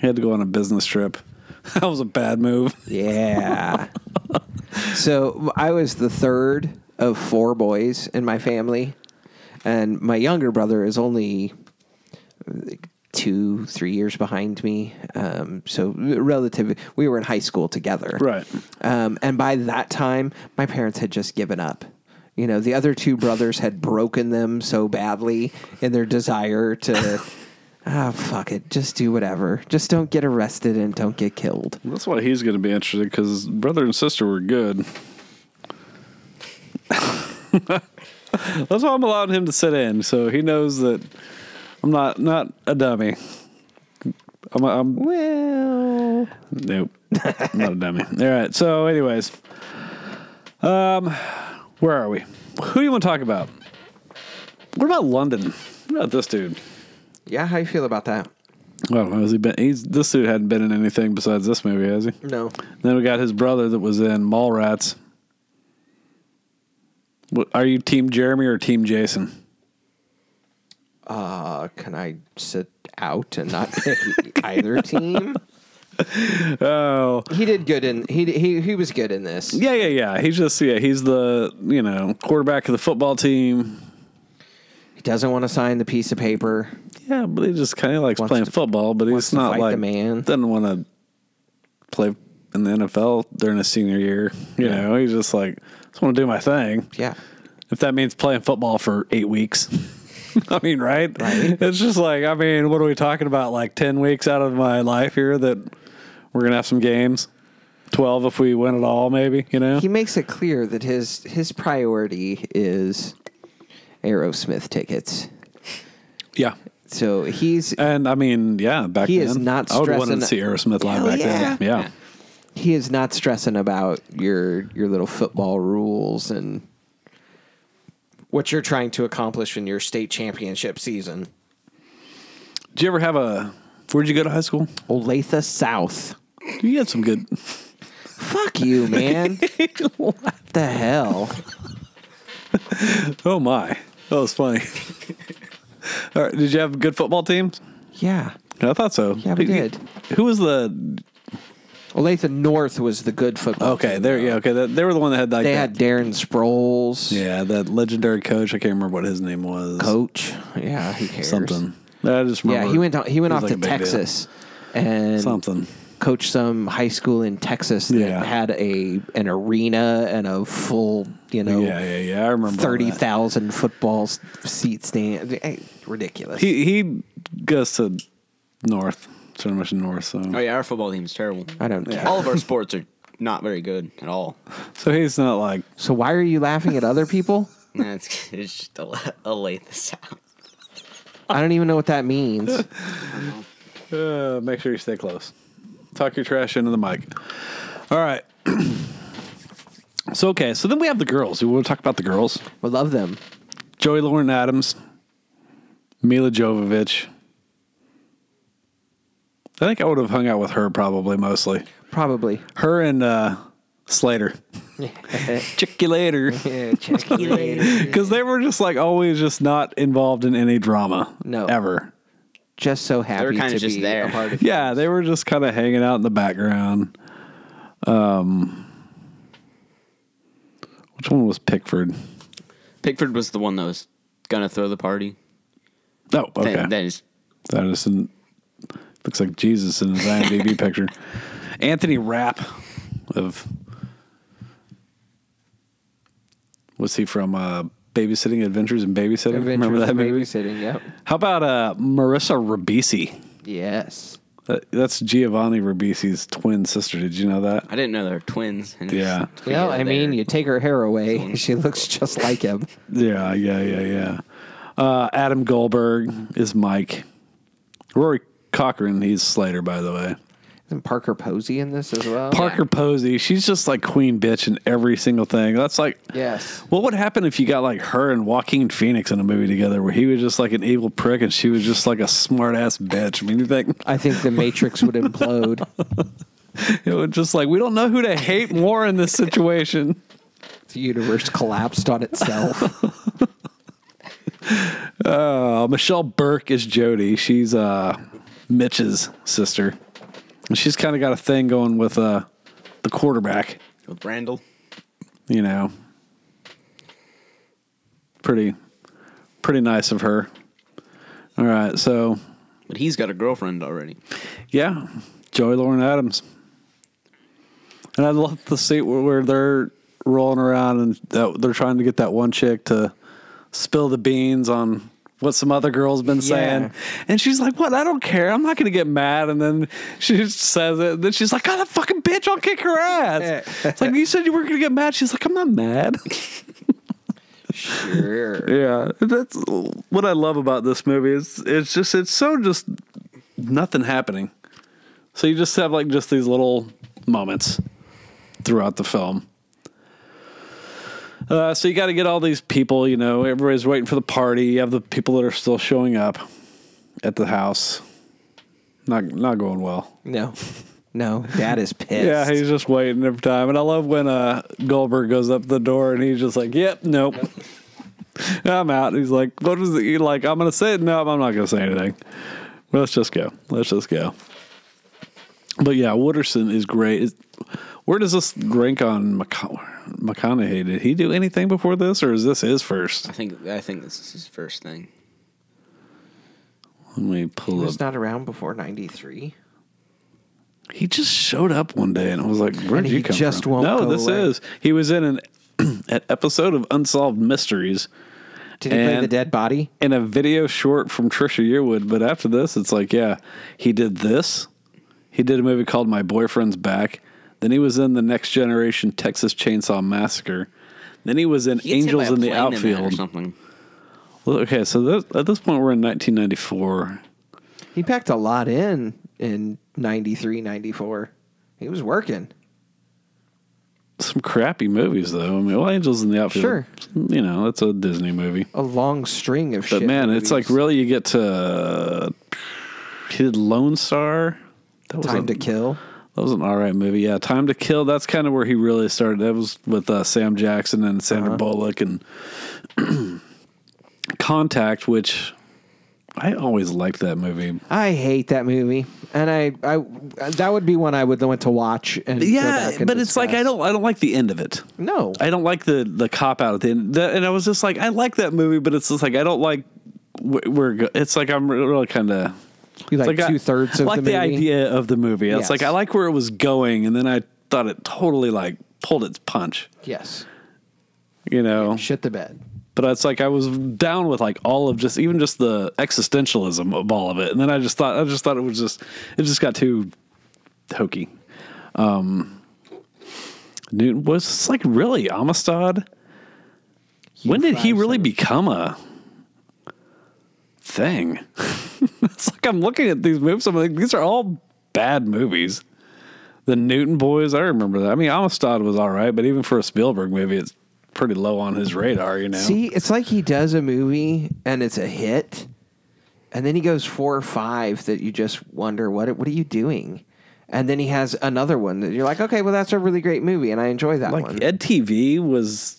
Speaker 2: he had to go on a business trip. That was a bad move.
Speaker 3: Yeah. so I was the third of four boys in my family, and my younger brother is only like, two, three years behind me. Um, so relative, we were in high school together,
Speaker 2: Right.
Speaker 3: Um, and by that time, my parents had just given up. You know, the other two brothers had broken them so badly in their desire to. Ah, fuck it. Just do whatever. Just don't get arrested and don't get killed.
Speaker 2: That's why he's going to be interested because his brother and sister were good. That's why I'm allowing him to sit in, so he knows that I'm not not a dummy. I'm, I'm
Speaker 3: Well,
Speaker 2: Nope. Not a dummy. All right. So, anyways, um, where are we? Who do you want to talk about? What about London? What about this dude?
Speaker 3: yeah. How you feel about that?
Speaker 2: I don't know. Has he been? He's this dude hadn't been in anything besides this movie, has he?
Speaker 3: No.
Speaker 2: Then we got his brother that was in Mallrats. What, are you Team Jeremy or Team Jason?
Speaker 3: Uh, can I sit out and not pick either team?
Speaker 2: Oh,
Speaker 3: He did good in he he he was good in this.
Speaker 2: yeah, yeah, yeah. He's just yeah. He's the you know quarterback of the football team.
Speaker 3: He doesn't want to sign the piece of paper.
Speaker 2: Yeah, but he just kind of likes
Speaker 3: Wants
Speaker 2: playing
Speaker 3: to-
Speaker 2: football, but
Speaker 3: wants
Speaker 2: he's
Speaker 3: to
Speaker 2: not
Speaker 3: fight the
Speaker 2: like
Speaker 3: man.
Speaker 2: doesn't want to play in the NFL during his senior year. You
Speaker 3: Yeah.
Speaker 2: know, he's just like just want to do my thing.
Speaker 3: Yeah.
Speaker 2: If that means playing football for eight weeks, I mean, right? It's just like I mean, what are we talking about? Like ten weeks out of my life here that we're gonna have some games. Twelve if we win it all, maybe. You know,
Speaker 3: He makes it clear that his his priority is Aerosmith tickets.
Speaker 2: yeah.
Speaker 3: So he's
Speaker 2: And I mean, yeah, back
Speaker 3: He
Speaker 2: then
Speaker 3: is not
Speaker 2: I would have wanted to see
Speaker 3: stressing-
Speaker 2: Aerosmith live
Speaker 3: Hell
Speaker 2: back then.
Speaker 3: yeah.
Speaker 2: Yeah.
Speaker 3: he is not stressing about your your little football rules and what you're trying to accomplish in your state championship season.
Speaker 2: Did you ever have a? Where'd you go to high school?
Speaker 3: Olathe South.
Speaker 2: You had some good.
Speaker 3: Fuck you, man. what the hell?
Speaker 2: Oh my, that was funny. All right, did you have good football teams?
Speaker 3: Yeah.
Speaker 2: I thought so.
Speaker 3: Yeah, we
Speaker 2: Who-
Speaker 3: did.
Speaker 2: Who was the?
Speaker 3: Olathe North was the good football.
Speaker 2: Okay,
Speaker 3: team,
Speaker 2: there.
Speaker 3: though.
Speaker 2: Yeah, okay. That, they were the one that had like
Speaker 3: They
Speaker 2: that-
Speaker 3: had Darren Sproles,
Speaker 2: Yeah, that legendary coach. I can't remember what his name was.
Speaker 3: coach. Yeah, who cares?
Speaker 2: Something. I just remember.
Speaker 3: Yeah, he went. He went
Speaker 2: it was
Speaker 3: off
Speaker 2: like a
Speaker 3: to
Speaker 2: big deal.
Speaker 3: Texas and
Speaker 2: Something.
Speaker 3: coached some high school in Texas that
Speaker 2: Yeah.
Speaker 3: had a an arena and a full, you know,
Speaker 2: Yeah, yeah, yeah. I remember. all that.
Speaker 3: Oh, thirty thousand football s- seat stand. Eh, Ridiculous.
Speaker 2: He he goes to north, so much north. So
Speaker 4: Oh yeah, our football team is terrible.
Speaker 3: I don't care.
Speaker 4: All of our sports are not very good at all.
Speaker 2: so he's not like
Speaker 3: so why are you laughing at other people?
Speaker 4: Nah, it's, it's just a, la- a late this out.
Speaker 3: I don't even know what that means.
Speaker 2: Uh, make sure you stay close. Talk your trash into the mic. All right. so okay, so then we have the girls. We want to talk about the girls.
Speaker 3: I love them.
Speaker 2: Joey Lauren Adams, Mila Jovovich. I think I would have hung out with her probably mostly.
Speaker 3: Probably.
Speaker 2: Her and uh, Slater. Check you later.
Speaker 3: Yeah, check you later.
Speaker 2: Because they were just like always just not involved in any drama.
Speaker 3: No.
Speaker 2: Ever.
Speaker 3: Just so happy
Speaker 4: kinda
Speaker 3: to
Speaker 4: just
Speaker 3: be
Speaker 4: there.
Speaker 3: a part of.
Speaker 2: Yeah, they were just kind of hanging out in the background. Um, which one was Pickford?
Speaker 4: Pickford was the one that was gonna throw the party.
Speaker 2: Oh, okay.
Speaker 4: Then, then it's-
Speaker 2: that is in, looks like Jesus in his IMDb picture. Anthony Rapp of was he from uh, Babysitting Adventures and Babysitting? Remember
Speaker 3: Adventures
Speaker 2: that
Speaker 3: in
Speaker 2: movie?
Speaker 3: babysitting. Yep.
Speaker 2: How about uh, Marissa Ribisi?
Speaker 3: Yes.
Speaker 2: That- That's Giovanni Ribisi's twin sister. Did you know that?
Speaker 4: I didn't know they were twins. and it's
Speaker 2: Yeah.
Speaker 4: just
Speaker 3: Well,
Speaker 4: weird
Speaker 3: I mean,
Speaker 4: there.
Speaker 3: you take her hair away, she looks just like him.
Speaker 2: Yeah, yeah, yeah, yeah. Uh, Adam Goldberg is Mike. Rory Cochran, he's Slater, by the way.
Speaker 3: Isn't Parker Posey in this as well?
Speaker 2: Parker Posey, she's just like queen bitch in every single thing. That's like,
Speaker 3: Yes.
Speaker 2: what would happen if you got like her and Joaquin Phoenix in a movie together where he was just like an evil prick and she was just like a smart ass bitch? I mean, you think
Speaker 3: I think the Matrix would implode.
Speaker 2: it would just like, we don't know who to hate more in this situation.
Speaker 3: the universe collapsed on itself.
Speaker 2: Uh, Michelle Burke is Jody. She's uh, Mitch's sister. And she's kind of got a thing going with uh, the quarterback,
Speaker 4: with Randall.
Speaker 2: you know. Pretty pretty nice of her. All right, so
Speaker 4: But he's got a girlfriend already.
Speaker 2: yeah, Joey Lauren Adams. And I love the seat where, where they're rolling around and that, they're trying to get that one chick to spill the beans on what some other girl's been
Speaker 3: Yeah.
Speaker 2: saying. And she's like, What? I don't care. I'm not going to get mad. And then she just says it. And then she's like, Oh, that fucking bitch, I'll kick her ass. it's like, You said you weren't going to get mad. She's like, I'm not mad.
Speaker 3: sure.
Speaker 2: Yeah, that's what I love about this movie. It's it's just it's so just nothing happening. So you just have like just these little moments throughout the film. Uh, so you got to get all these people. You know, everybody's waiting for the party. You have the people that are still showing up at the house. Not not going well.
Speaker 3: No. No. Dad is pissed.
Speaker 2: Yeah, he's just waiting every time. And I love when uh, Goldberg goes up the door and he's just like, "Yep, nope, I'm out." He's like, "What is it?" He's like, "I'm gonna say it." No, I'm not gonna say anything. Let's just go. Let's just go. But yeah, Wooderson is great. Is- Where does this rank on McCona- McConaughey? Did he do anything before this, or is this his first?
Speaker 4: I think I think this is his first thing.
Speaker 2: Let me pull
Speaker 3: he
Speaker 2: up.
Speaker 3: was not around before 93.
Speaker 2: He just showed up one day, and I was like, "Where
Speaker 3: And
Speaker 2: did you
Speaker 3: he
Speaker 2: come
Speaker 3: just
Speaker 2: from?"
Speaker 3: won't
Speaker 2: no,
Speaker 3: go
Speaker 2: this
Speaker 3: away.
Speaker 2: is. He was in an, an episode of Unsolved Mysteries
Speaker 3: Did he play
Speaker 2: And-
Speaker 3: the dead body?
Speaker 2: in a video short from Trisha Yearwood. But after this, it's like, yeah, he did this. He did a movie called My Boyfriend's Back. Then he was in the Next Generation Texas Chainsaw Massacre. Then he was in
Speaker 4: He gets hit by
Speaker 2: Angels
Speaker 4: a
Speaker 2: in the
Speaker 4: plane that or
Speaker 2: Outfield.
Speaker 4: something.
Speaker 2: Well, okay, so this, at this point, we're in 1994.
Speaker 3: He packed a lot in in 93, 94. He was working.
Speaker 2: Some crappy movies, though. I mean, well, Angels in the Outfield.
Speaker 3: Sure.
Speaker 2: You know, that's a Disney movie.
Speaker 3: A long string of
Speaker 2: But
Speaker 3: shit.
Speaker 2: man, it's like
Speaker 3: movies.
Speaker 2: really you get to he did Lone Star. That was
Speaker 3: Time
Speaker 2: a-
Speaker 3: to Kill.
Speaker 2: That was an all right movie. Yeah, Time to Kill. That's kind of where he really started. That was with uh, Sam Jackson and Sandra
Speaker 3: Uh-huh.
Speaker 2: Bullock and Contact, which I always liked that movie.
Speaker 3: I hate that movie, and I, I that would be one I would want to watch. And go
Speaker 2: Yeah,
Speaker 3: back and
Speaker 2: but it's like I
Speaker 3: discuss.
Speaker 2: don't I don't like the end of it.
Speaker 3: No,
Speaker 2: I don't like the the cop out at the end. The- and I was just like, I like that movie, but it's just like I don't like wh- where go- it's like I'm re- really kind of
Speaker 3: you like,
Speaker 2: I-
Speaker 3: two thirds
Speaker 2: I
Speaker 3: of
Speaker 2: like
Speaker 3: the movie.
Speaker 2: idea of the movie. It's
Speaker 3: Yes.
Speaker 2: like I like where it was going, and then I thought it totally like pulled its punch.
Speaker 3: Yes,
Speaker 2: You know,
Speaker 3: shit the bed.
Speaker 2: but it's like I was down with like all of just even just the existentialism of all of it, and then I just thought I just thought it was just it just got too hokey. Um, Newton was this like really Amistad. when did he really become a thing? it's like I'm looking at these movies. I'm like, these are all bad movies. The Newton Boys, I remember that. I mean, Amistad was all right, but even for a Spielberg movie, it's pretty low on his radar. You know,
Speaker 3: See, it's like he does a movie and it's a hit, and then he goes four or five that you just wonder what what are you doing, and then he has another one that you're like, okay, well that's a really great movie, and I enjoy that
Speaker 2: like
Speaker 3: one.
Speaker 2: Ed TV was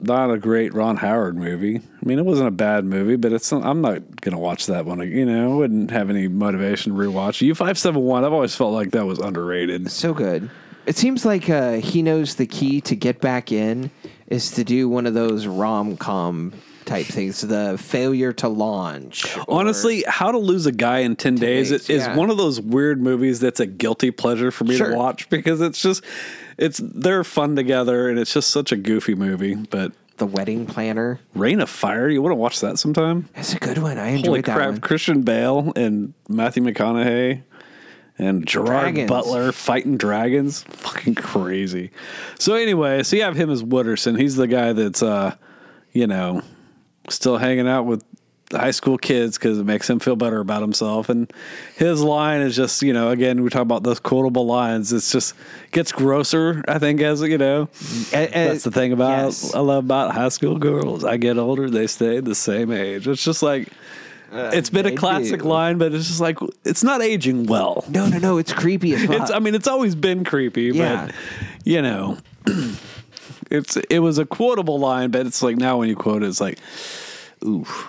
Speaker 2: not a great Ron Howard movie. I mean, it wasn't a bad movie, but it's not, I'm not gonna watch that one. You know, I wouldn't have any motivation to rewatch U five seven one. I've always felt like that was underrated.
Speaker 3: So good. It seems like uh, he knows the key to get back in is to do one of those rom com type things, the failure to launch. or-
Speaker 2: Honestly, How to Lose a Guy in 10, Days,
Speaker 3: days,
Speaker 2: is
Speaker 3: yeah.
Speaker 2: one of those weird movies that's a guilty pleasure for me
Speaker 3: Sure.
Speaker 2: to watch because it's just it's they're fun together and it's just such a goofy movie. But
Speaker 3: the wedding planner.
Speaker 2: Rain of Fire, you want to watch that sometime?
Speaker 3: That's a good one. I
Speaker 2: Holy
Speaker 3: enjoyed that
Speaker 2: crap!
Speaker 3: one.
Speaker 2: Christian Bale and Matthew McConaughey and Gerard
Speaker 3: Dragons.
Speaker 2: Butler fighting dragons. Fucking crazy. So anyway, so you have him as Wooderson. He's the guy that's uh, you know, still hanging out with the high school kids because it makes him feel better about himself. And his line is just, you know, again, we talk about those quotable lines. It's just gets grosser, I think, as you know.
Speaker 3: And- and-
Speaker 2: That's the thing about
Speaker 3: Uh, yes.
Speaker 2: I love about high school girls. I get older, they stay the same age. It's just like it's been
Speaker 3: Uh, they
Speaker 2: a classic
Speaker 3: do.
Speaker 2: line, but it's just like it's not aging well.
Speaker 3: No, no, no. It's creepy as fuck.
Speaker 2: It's um I mean it's always been creepy,
Speaker 3: Yeah.
Speaker 2: but you know it's it was a quotable line, but it's like now when you quote it, it's like oof.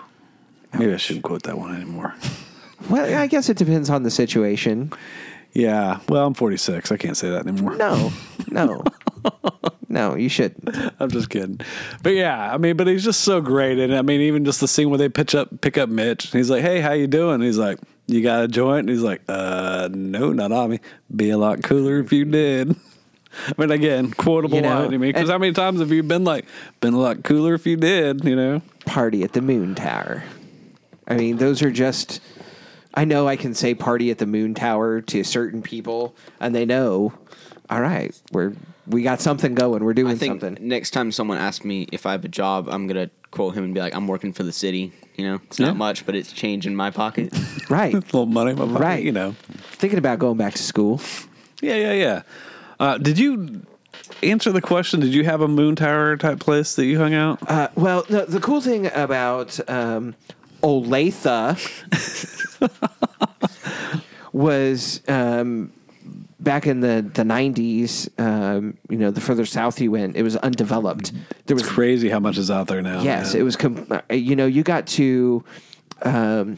Speaker 2: Maybe I shouldn't quote that one anymore.
Speaker 3: well, I guess it depends on the situation.
Speaker 2: Yeah. Well, I'm 46. I can't say that anymore.
Speaker 3: No, no, no. You should.
Speaker 2: I'm just kidding. But yeah, I mean, but he's just so great. And I mean, even just the scene where they pitch up, pick up Mitch, and he's like, "Hey, how you doing?" And he's like, "You got a joint?" And he's like, "Uh, no, not on me. Be a lot cooler if you did." I mean, again, quotable
Speaker 3: You know,
Speaker 2: line to me because
Speaker 3: and-
Speaker 2: how many times have you been like, "Been a lot cooler if you did," you know?
Speaker 3: Party at the Moon Tower. I mean, those are just. I know I can say party at the Moon Tower to certain people, and they know. All right, we're we got something going. We're doing
Speaker 4: I think
Speaker 3: something.
Speaker 4: next time someone asks me if I have a job, I'm gonna quote him and be like, "I'm working for the city." You know, it's
Speaker 2: Yeah.
Speaker 4: not much, but it's change in my pocket.
Speaker 3: Right,
Speaker 2: A little money, my
Speaker 3: Right.
Speaker 2: You know?
Speaker 3: thinking about going back to school.
Speaker 2: Yeah, yeah, yeah. Uh, did you answer the question? Did you have a moon tower type place that you hung out?
Speaker 3: Uh, well, the, the cool thing about um, Olathe was um, back in the the nineties. Um, you know, the further south you went, it was undeveloped. There was
Speaker 2: It's crazy how much is out there now.
Speaker 3: Yes,
Speaker 2: man.
Speaker 3: it was. Com- uh, you know, you got to um,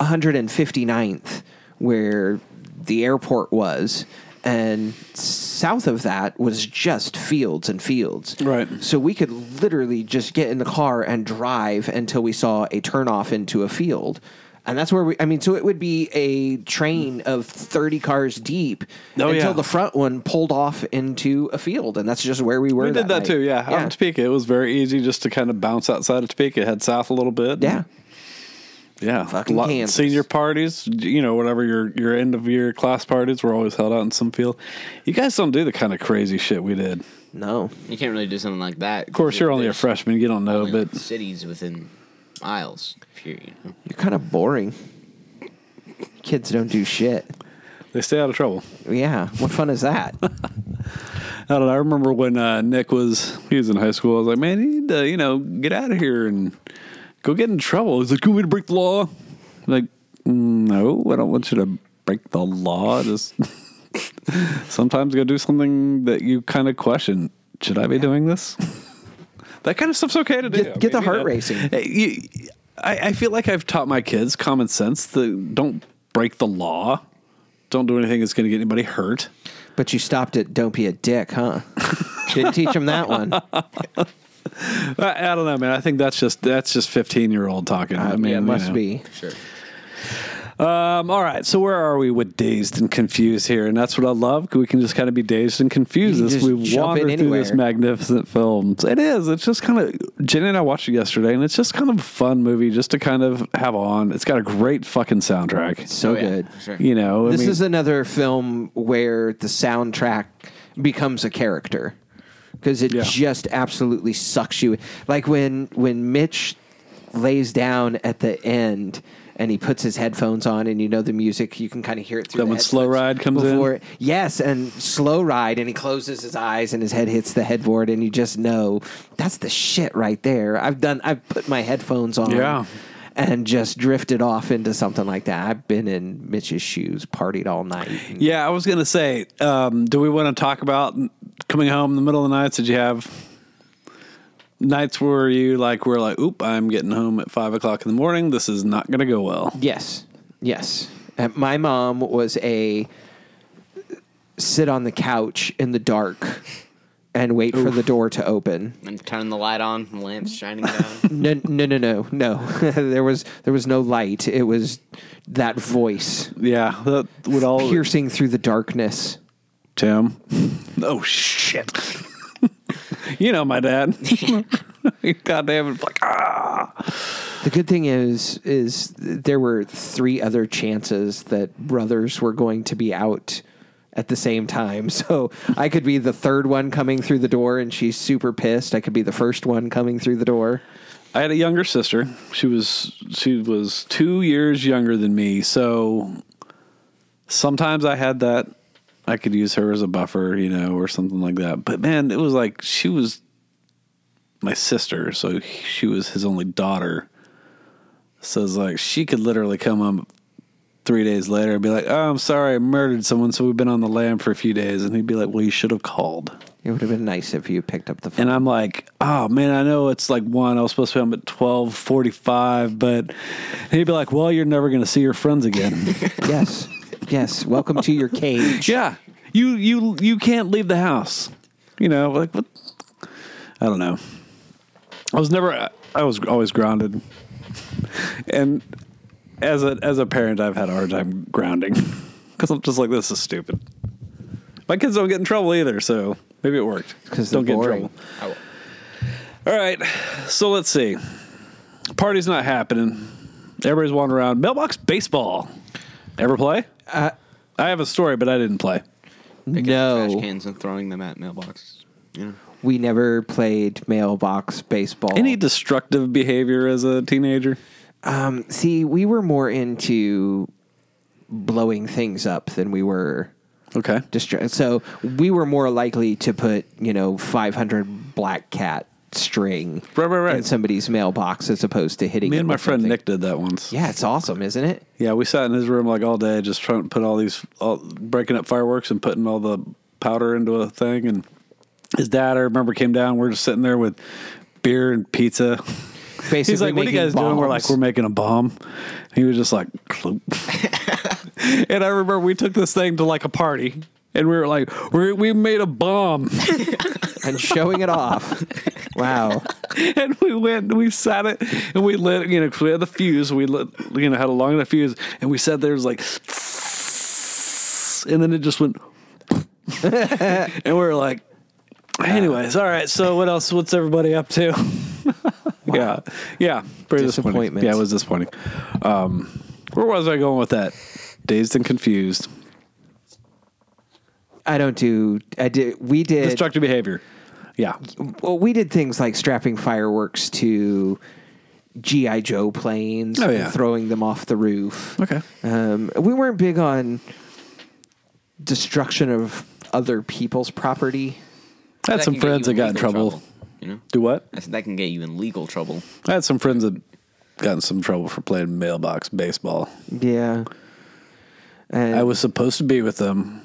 Speaker 3: 159th, where the airport was, and south of that was just fields and fields.
Speaker 2: Right.
Speaker 3: So we could literally just get in the car and drive until we saw a turnoff into a field. And that's where we, I mean, so it would be a train of 30 cars deep
Speaker 2: Oh,
Speaker 3: until
Speaker 2: yeah.
Speaker 3: the front one pulled off into a field. And that's just where we were.
Speaker 2: We did that,
Speaker 3: night.
Speaker 2: too, yeah. Out in Topeka, it was very easy just to kind of bounce outside of Topeka, head south a little bit.
Speaker 3: yeah.
Speaker 2: yeah.
Speaker 3: Fucking
Speaker 2: Lot-
Speaker 3: Kansas.
Speaker 2: Senior parties, you know, whatever your your end of year class parties were always held out in some field. You guys don't do the kind of crazy shit we did. Of
Speaker 3: No.
Speaker 4: you can't really do something like that.
Speaker 2: course, you're only a freshman, you don't know, but
Speaker 4: cities within miles. If you're, you know.
Speaker 3: You're kind of boring. Kids don't do shit.
Speaker 2: They stay out of trouble.
Speaker 3: Yeah, what fun is that?
Speaker 2: I don't know. I remember when uh, Nick was he was in high school. I was like, man, you need to you know get out of here and go get in trouble. He's like, you want me to break the law? I'm like, "Mm, no, I don't want you to break the law. Just sometimes go do something that you kind of question. Should I be doing this? that kind of stuff's okay to do.
Speaker 3: Get- get the heart racing.
Speaker 2: Hey, you- I, I feel like I've taught my kids common sense. That don't break the law. Don't do anything that's going to get anybody hurt.
Speaker 3: but you stopped at don't be a dick, huh? Didn't teach him that one.
Speaker 2: I, I don't know, man. I think that's just that's just fifteen year old talking. I mean,
Speaker 3: Uh, it
Speaker 2: you
Speaker 3: must
Speaker 2: know.
Speaker 3: be.
Speaker 4: Sure.
Speaker 2: Um, all right, so where are we with dazed and confused here? And that's what I love. We can just kind of be dazed and confused
Speaker 3: You
Speaker 2: as
Speaker 3: just
Speaker 2: we
Speaker 3: jump in
Speaker 2: wander through this
Speaker 3: anywhere.
Speaker 2: magnificent film. It is. It's just kind of Jenny and I watched it yesterday, and it's just kind of a fun movie just to kind of have on. It's got a great fucking soundtrack.
Speaker 3: So
Speaker 4: Oh, yeah,
Speaker 3: good.
Speaker 4: sure.
Speaker 2: You know, I
Speaker 3: This
Speaker 2: mean-
Speaker 3: is another film where the soundtrack becomes a character because it
Speaker 2: Yeah.
Speaker 3: just absolutely sucks you. Like when when Mitch lays down at the end and he puts his headphones on and you know the music you can kind of hear it through
Speaker 2: That
Speaker 3: the
Speaker 2: when Slow
Speaker 3: headphones
Speaker 2: Ride comes in?
Speaker 3: before- yes and slow ride and he closes his eyes and his head hits the headboard and you just know that's the shit right there i've done i've put my headphones on
Speaker 2: Yeah.
Speaker 3: and just drifted off into something like that. I've been in Mitch's shoes, partied all night. and-
Speaker 2: Yeah, I was gonna say, um, do we want to talk about coming home in the middle of the nights? Did you have nights where you like were like, "Oop, I'm getting home at five o'clock in the morning. This is not gonna go well."
Speaker 3: Yes. Yes. Uh, My mom was a sit on the couch in the dark and wait for the door to open.
Speaker 4: And turn the light on. The lamp's shining down.
Speaker 3: No, no, no, no, no. there was there was no light. It was that voice
Speaker 2: Yeah, that would all
Speaker 3: piercing through the darkness.
Speaker 2: Tim. Oh shit! you know my dad. God damn it! Like ah,
Speaker 3: The good thing is, is there were three other chances that brothers were going to be out at the same time. So I could be the third one coming through the door, and she's super pissed. I could be the first one coming through the door.
Speaker 2: I had a younger sister. She was she was two years younger than me, so sometimes I had that. I could use her as a buffer, you know, or something like that. But man, it was like she was my sister, so she was his only daughter. So it's like she could literally come home three days later and be like, "Oh, I'm sorry, I murdered someone, so we've been on the lam for a few days," and he'd be like, "Well, you should have called."
Speaker 3: It would have been nice if you picked up the phone.
Speaker 2: and I'm like, oh man, I know it's like one. I was supposed to be home at twelve forty-five, but he'd be like, well, you're never gonna see your friends again.
Speaker 3: yes, yes. Welcome to your cage.
Speaker 2: yeah, you you you can't leave the house. You know, like what? I don't know. I was never. I was always grounded, and as a as a parent, I've had a hard time grounding because I'm just like, this is stupid. My kids don't get in trouble either, so maybe it worked.
Speaker 3: 'Cause they're
Speaker 2: don't get in
Speaker 3: boring.
Speaker 2: trouble.
Speaker 4: I will.
Speaker 2: All right. So let's see. Party's not happening. Everybody's wandering around. Mailbox baseball. Ever play?
Speaker 3: Uh,
Speaker 2: I have a story, but I didn't play.
Speaker 4: Picking up trash
Speaker 3: no,
Speaker 4: cans and throwing them at mailboxes. You know.
Speaker 3: we never played mailbox baseball.
Speaker 2: Any destructive behavior as a teenager?
Speaker 3: See, we were more into blowing things up than we were
Speaker 2: Okay.
Speaker 3: distra- so we were more likely to put you know 500 black cat string
Speaker 2: Right, right, right.
Speaker 3: in somebody's mailbox as opposed to hitting
Speaker 2: Me
Speaker 3: it
Speaker 2: and my
Speaker 3: with
Speaker 2: friend
Speaker 3: something.
Speaker 2: Nick did that once.
Speaker 3: yeah it's awesome isn't it
Speaker 2: Yeah, we sat in his room like all day, just trying to put all these, all, breaking up fireworks and putting all the powder into a thing. And his dad, I remember, came down. We're just sitting there with beer and pizza.
Speaker 3: basically
Speaker 2: He's like, "What are you
Speaker 3: making
Speaker 2: guys doing?" We're like,
Speaker 3: bombs.
Speaker 2: "We're making a bomb." He was just like, "Cloop." and I remember we took this thing to like a party, and we were like, we "We made a bomb,"
Speaker 3: and showing it off wow
Speaker 2: and we went, and we sat it, and we lit, you know, 'cause we had the fuse, we lit, you know, had a long enough fuse, and we sat there, it was like, and then it just went, and we were like, "Anyways, all right, so what else? What's everybody up to?" Yeah, yeah, pretty disappointing.
Speaker 3: Disappointment.
Speaker 2: Yeah, it was disappointing. Um, where was I going with that? Dazed and confused.
Speaker 3: i don't do i did we did
Speaker 2: Destructive behavior. Yeah,
Speaker 3: well we did things like strapping fireworks to GI Joe planes,
Speaker 2: Oh,
Speaker 3: and
Speaker 2: yeah.
Speaker 3: throwing them off the roof.
Speaker 2: Okay.
Speaker 3: Um, we weren't big on destruction of other people's property.
Speaker 2: I had
Speaker 4: That
Speaker 2: some
Speaker 4: can get you
Speaker 2: friends that
Speaker 4: in
Speaker 2: got in
Speaker 4: legal
Speaker 2: trouble.
Speaker 4: You know,
Speaker 2: Do what?
Speaker 4: I said that can get you in legal trouble.
Speaker 2: I had some friends that got in some trouble for playing mailbox baseball.
Speaker 3: Yeah. And
Speaker 2: I was supposed to be with them.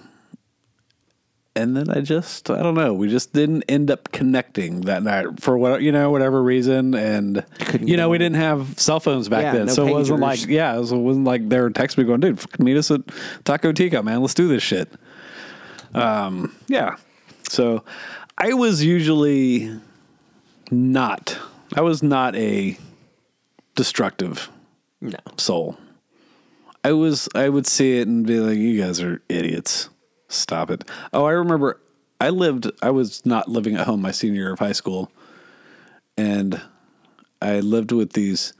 Speaker 2: And then I just, I don't know, we just didn't end up connecting that night for what, you know, whatever reason. And,
Speaker 3: Couldn't
Speaker 2: you know,
Speaker 3: get
Speaker 2: we
Speaker 3: on.
Speaker 2: didn't have cell phones back
Speaker 3: Yeah,
Speaker 2: then.
Speaker 3: no
Speaker 2: so it wasn't
Speaker 3: pagers.
Speaker 2: like, yeah, so it wasn't like they were texting me going, dude, fuck, meet us at Taco Tika, man. Let's do this shit. Um, yeah. So I was usually not, I was not a destructive
Speaker 3: no.
Speaker 2: soul. I was I would see it and be like, "You guys are idiots. Stop it." Oh, I remember. I lived. I was not living at home my senior year of high school, and I lived with these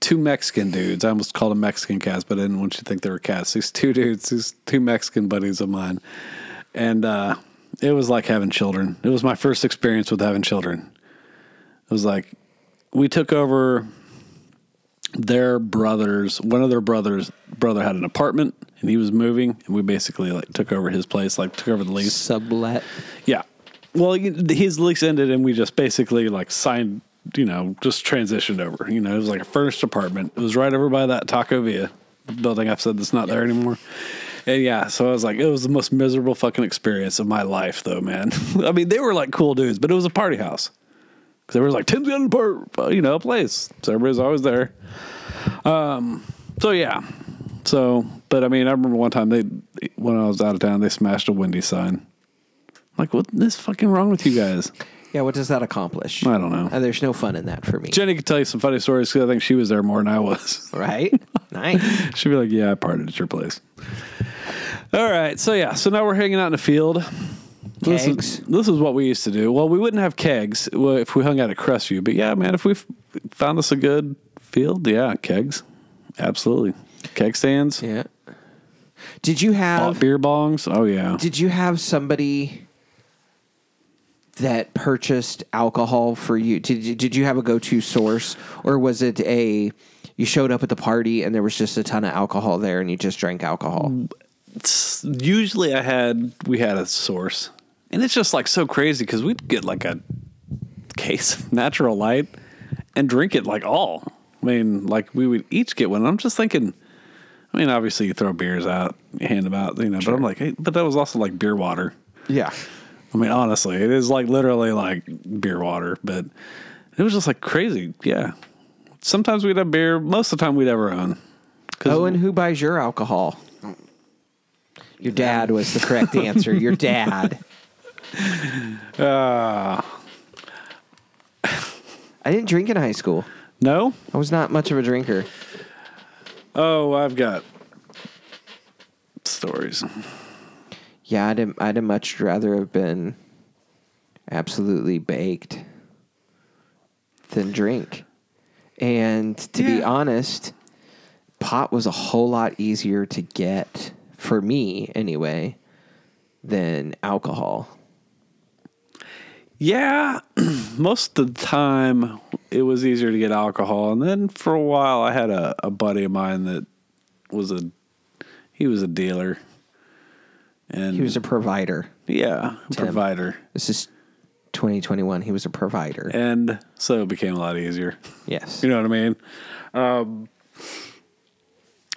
Speaker 2: two Mexican dudes. I almost called them Mexican cats, but I didn't want you to think they were cats. These two dudes, these two Mexican buddies of mine, and uh, it was like having children. It was my first experience with having children. It was like we took over their brothers one of their brothers brother had an apartment and he was moving and we basically like took over his place like took over the lease
Speaker 3: Sublet.
Speaker 2: yeah well you- his lease ended and we just basically like signed you know just transitioned over you know it was like a furnished apartment it was right over by that taco villa building i've said that's not there anymore and yeah so i was like it was the most miserable fucking experience of my life though man i mean they were like cool dudes but it was a party house because everyone's like tim's got an apart- uh, you know a place so everybody's always there Um, so yeah. So, but I mean, I remember one time they, when I was out of town, they smashed a Wendy sign. Like, what is fucking wrong with you guys?
Speaker 3: Yeah, what does that accomplish?
Speaker 2: I don't know.
Speaker 3: Uh, there's no fun in that for me.
Speaker 2: Jenny could tell you some funny stories because I think she was there more than I was.
Speaker 3: right? nice.
Speaker 2: She'd be like, "Yeah, I partied at your place." All right, so yeah, so now we're hanging out in the field. This is,
Speaker 3: Kegs.
Speaker 2: this is what we used to do. Well, we wouldn't have kegs well, if we hung out at Crestview, but yeah, man, if we f- found us a good field, yeah, kegs, absolutely, keg stands,
Speaker 3: Yeah. Did you
Speaker 2: ball-
Speaker 3: have
Speaker 2: beer bongs. Oh yeah,
Speaker 3: did you have somebody that purchased alcohol for you? Did you, did you have a go to source, or was it a you showed up at the party and there was just a ton of alcohol there and you just drank alcohol?
Speaker 2: s- usually I had we had a source, and it's just like so crazy because we'd get like a case of natural light and drink it like all. I mean, like we would each get one. I'm just thinking. I mean, obviously you throw beers out, you hand them out, you know. But I'm like, hey, but that was also like beer water.
Speaker 3: Yeah,
Speaker 2: I mean, honestly, it is like literally like beer water, but it was just like crazy. Yeah. Sometimes we'd have beer. Most of the time we'd have our own. 'Cause-
Speaker 3: Owen, who buys your alcohol? Your dad was the correct answer. Your dad. I didn't drink in high school.
Speaker 2: No?
Speaker 3: I was not much of a drinker.
Speaker 2: Oh, I've got stories.
Speaker 3: Yeah, I'd have, I'd have much rather have been absolutely baked than drink. And to be
Speaker 2: Yeah.
Speaker 3: honest, pot was a whole lot easier to get for me anyway than alcohol.
Speaker 2: Yeah, most of the time it was easier to get alcohol, and then for a while I had a, a buddy of mine that was a he was a dealer, and
Speaker 3: He was a provider.
Speaker 2: yeah a provider,
Speaker 3: This is 2021. He was a provider.
Speaker 2: and so it became a lot easier.
Speaker 3: Yes.
Speaker 2: You know what I mean? Um,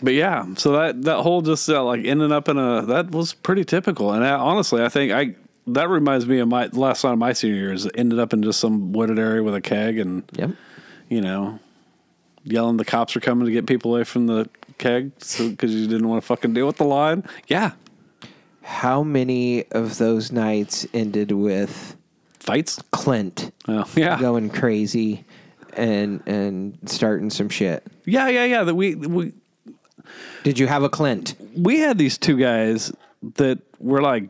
Speaker 2: but yeah, so that that whole just uh, like ending up in a that was pretty typical. And I, honestly, I think I that reminds me of my last time my senior years ended up in just some wooded area with a keg and
Speaker 3: Yep.
Speaker 2: you know yelling the cops are coming to get people away from the keg because you didn't want to fucking deal with the line. Yeah,
Speaker 3: How many of those nights ended with
Speaker 2: fights.
Speaker 3: Clint
Speaker 2: Oh, yeah.
Speaker 3: going crazy and and starting some shit.
Speaker 2: Yeah, yeah, yeah. That we we
Speaker 3: Did you have a Clint?
Speaker 2: we had these two guys that were like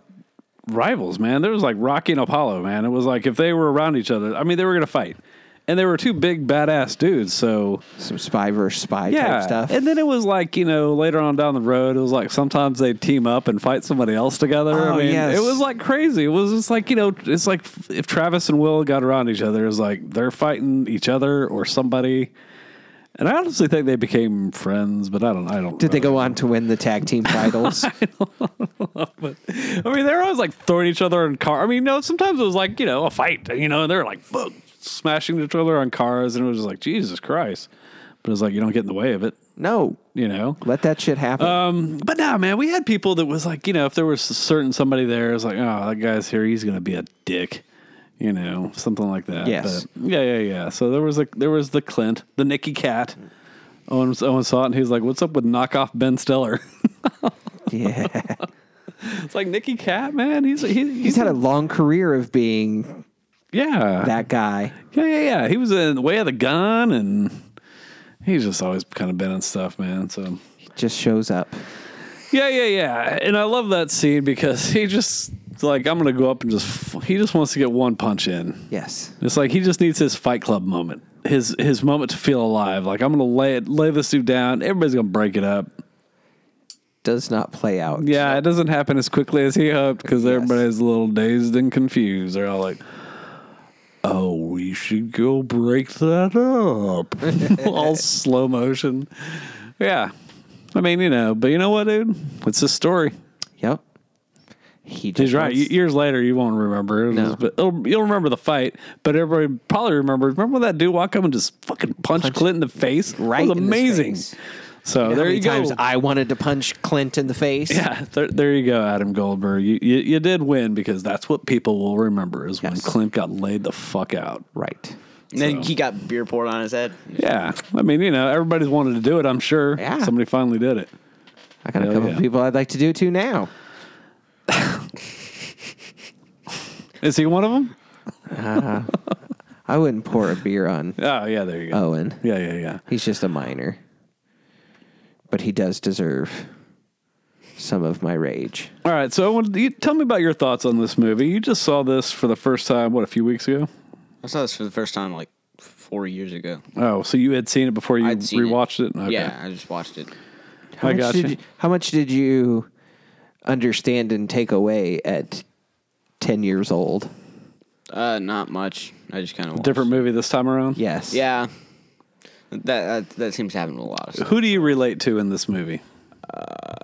Speaker 2: rivals, man. There was like Rocky and Apollo, man. It was like if they were around each other, I mean, they were gonna fight, and they were two big badass dudes. So
Speaker 3: Some spy versus spy
Speaker 2: yeah,
Speaker 3: type stuff.
Speaker 2: and then it was like you know later on down the road, it was like sometimes they would team up and fight somebody else together. I
Speaker 3: Oh,
Speaker 2: mean,
Speaker 3: yes.
Speaker 2: it was like crazy. It was just like you know, it's like if Travis and Will got around each other, it was like they're fighting each other or somebody. And I honestly think they became friends, but I don't. I don't.
Speaker 3: Did they
Speaker 2: really
Speaker 3: go on to win the tag team titles?
Speaker 2: I mean, they're always like throwing each other in car. I mean, no, sometimes it was like you know a fight, you know, and they're like boom, smashing each other on cars, and it was just like Jesus Christ. But it's like you don't get in the way of it,
Speaker 3: no.
Speaker 2: you know.
Speaker 3: Let that shit happen.
Speaker 2: Um, but no, man, we had people that was like, you know, if there was a certain somebody there, it's like, oh, that guy's here, he's gonna be a dick, you know, something like that.
Speaker 3: Yes.
Speaker 2: But, yeah, yeah, yeah. So there was like there was the Clint, the Nicky Cat. Owen, Owen saw it and he was like, "What's up with knockoff Ben Stiller?"
Speaker 3: yeah.
Speaker 2: it's like Nicky Cat, man. He's he, he's,
Speaker 3: He's had a long career of being
Speaker 2: yeah
Speaker 3: that guy.
Speaker 2: Yeah, yeah, yeah. He was in Way of the Gun, and he's just always kind of been in stuff, man. So
Speaker 3: Just shows up.
Speaker 2: yeah, yeah, yeah. And I love that scene because he just like I'm gonna go up and just he just wants to get one punch in.
Speaker 3: Yes.
Speaker 2: It's like he just needs his Fight Club moment, his his moment to feel alive. Like I'm gonna lay it, lay this dude down. Everybody's gonna break it up.
Speaker 3: Does not play out.
Speaker 2: Yeah, it doesn't happen as quickly as he hoped because
Speaker 3: Yes.
Speaker 2: everybody's a little dazed and confused. They're all like, "Oh, we should go break that up," all slow motion. Yeah, I mean, you know, but you know what, dude? It's a story.
Speaker 3: Yep. He just
Speaker 2: He's right.
Speaker 3: wants-
Speaker 2: Y- Years later, you won't remember. it
Speaker 3: No.
Speaker 2: but it'll, you'll remember the fight. But everybody probably remembers. Remember when that dude walked up and just fucking punched Clint in the face?
Speaker 3: right
Speaker 2: it was
Speaker 3: in his
Speaker 2: amazing.
Speaker 3: face.
Speaker 2: So
Speaker 3: How
Speaker 2: there
Speaker 3: many
Speaker 2: you go.
Speaker 3: times I wanted to punch Clint in the face.
Speaker 2: Yeah, there, there you go, Adam Goldberg. You, you you did win because that's what people will remember is when
Speaker 3: Yes.
Speaker 2: Clint got laid the fuck out.
Speaker 3: Right.
Speaker 4: And then he got beer poured on his head.
Speaker 2: Yeah, I mean, you know, everybody's wanted to do it. I'm sure.
Speaker 3: Yeah.
Speaker 2: somebody finally did it.
Speaker 3: I got a
Speaker 2: Hell
Speaker 3: couple
Speaker 2: yeah.
Speaker 3: people I'd like to do it to now.
Speaker 2: Is he one of them?
Speaker 3: I wouldn't pour a beer on
Speaker 2: Oh yeah, there you go.
Speaker 3: Owen.
Speaker 2: Yeah, yeah, yeah.
Speaker 3: He's just a minor. But he does deserve some of my rage.
Speaker 2: All right, so I wanted you, tell me about your thoughts on this movie. You just saw this for the first time, what, a few weeks ago?
Speaker 4: I saw this for the first time like four years ago.
Speaker 2: Oh, so you had seen it before you
Speaker 4: I'd seen
Speaker 2: rewatched it? Okay.
Speaker 4: Yeah, I just watched it.
Speaker 3: How
Speaker 2: I
Speaker 3: much
Speaker 2: gotcha.
Speaker 3: did you, how much did you understand and take away at 10 years old?
Speaker 4: Uh, not much. I just kind of
Speaker 2: Different movie this time around.
Speaker 3: Yes.
Speaker 4: Yeah, that, that that seems to happen to a lot of stuff.
Speaker 2: Who do you relate to in this movie?
Speaker 4: I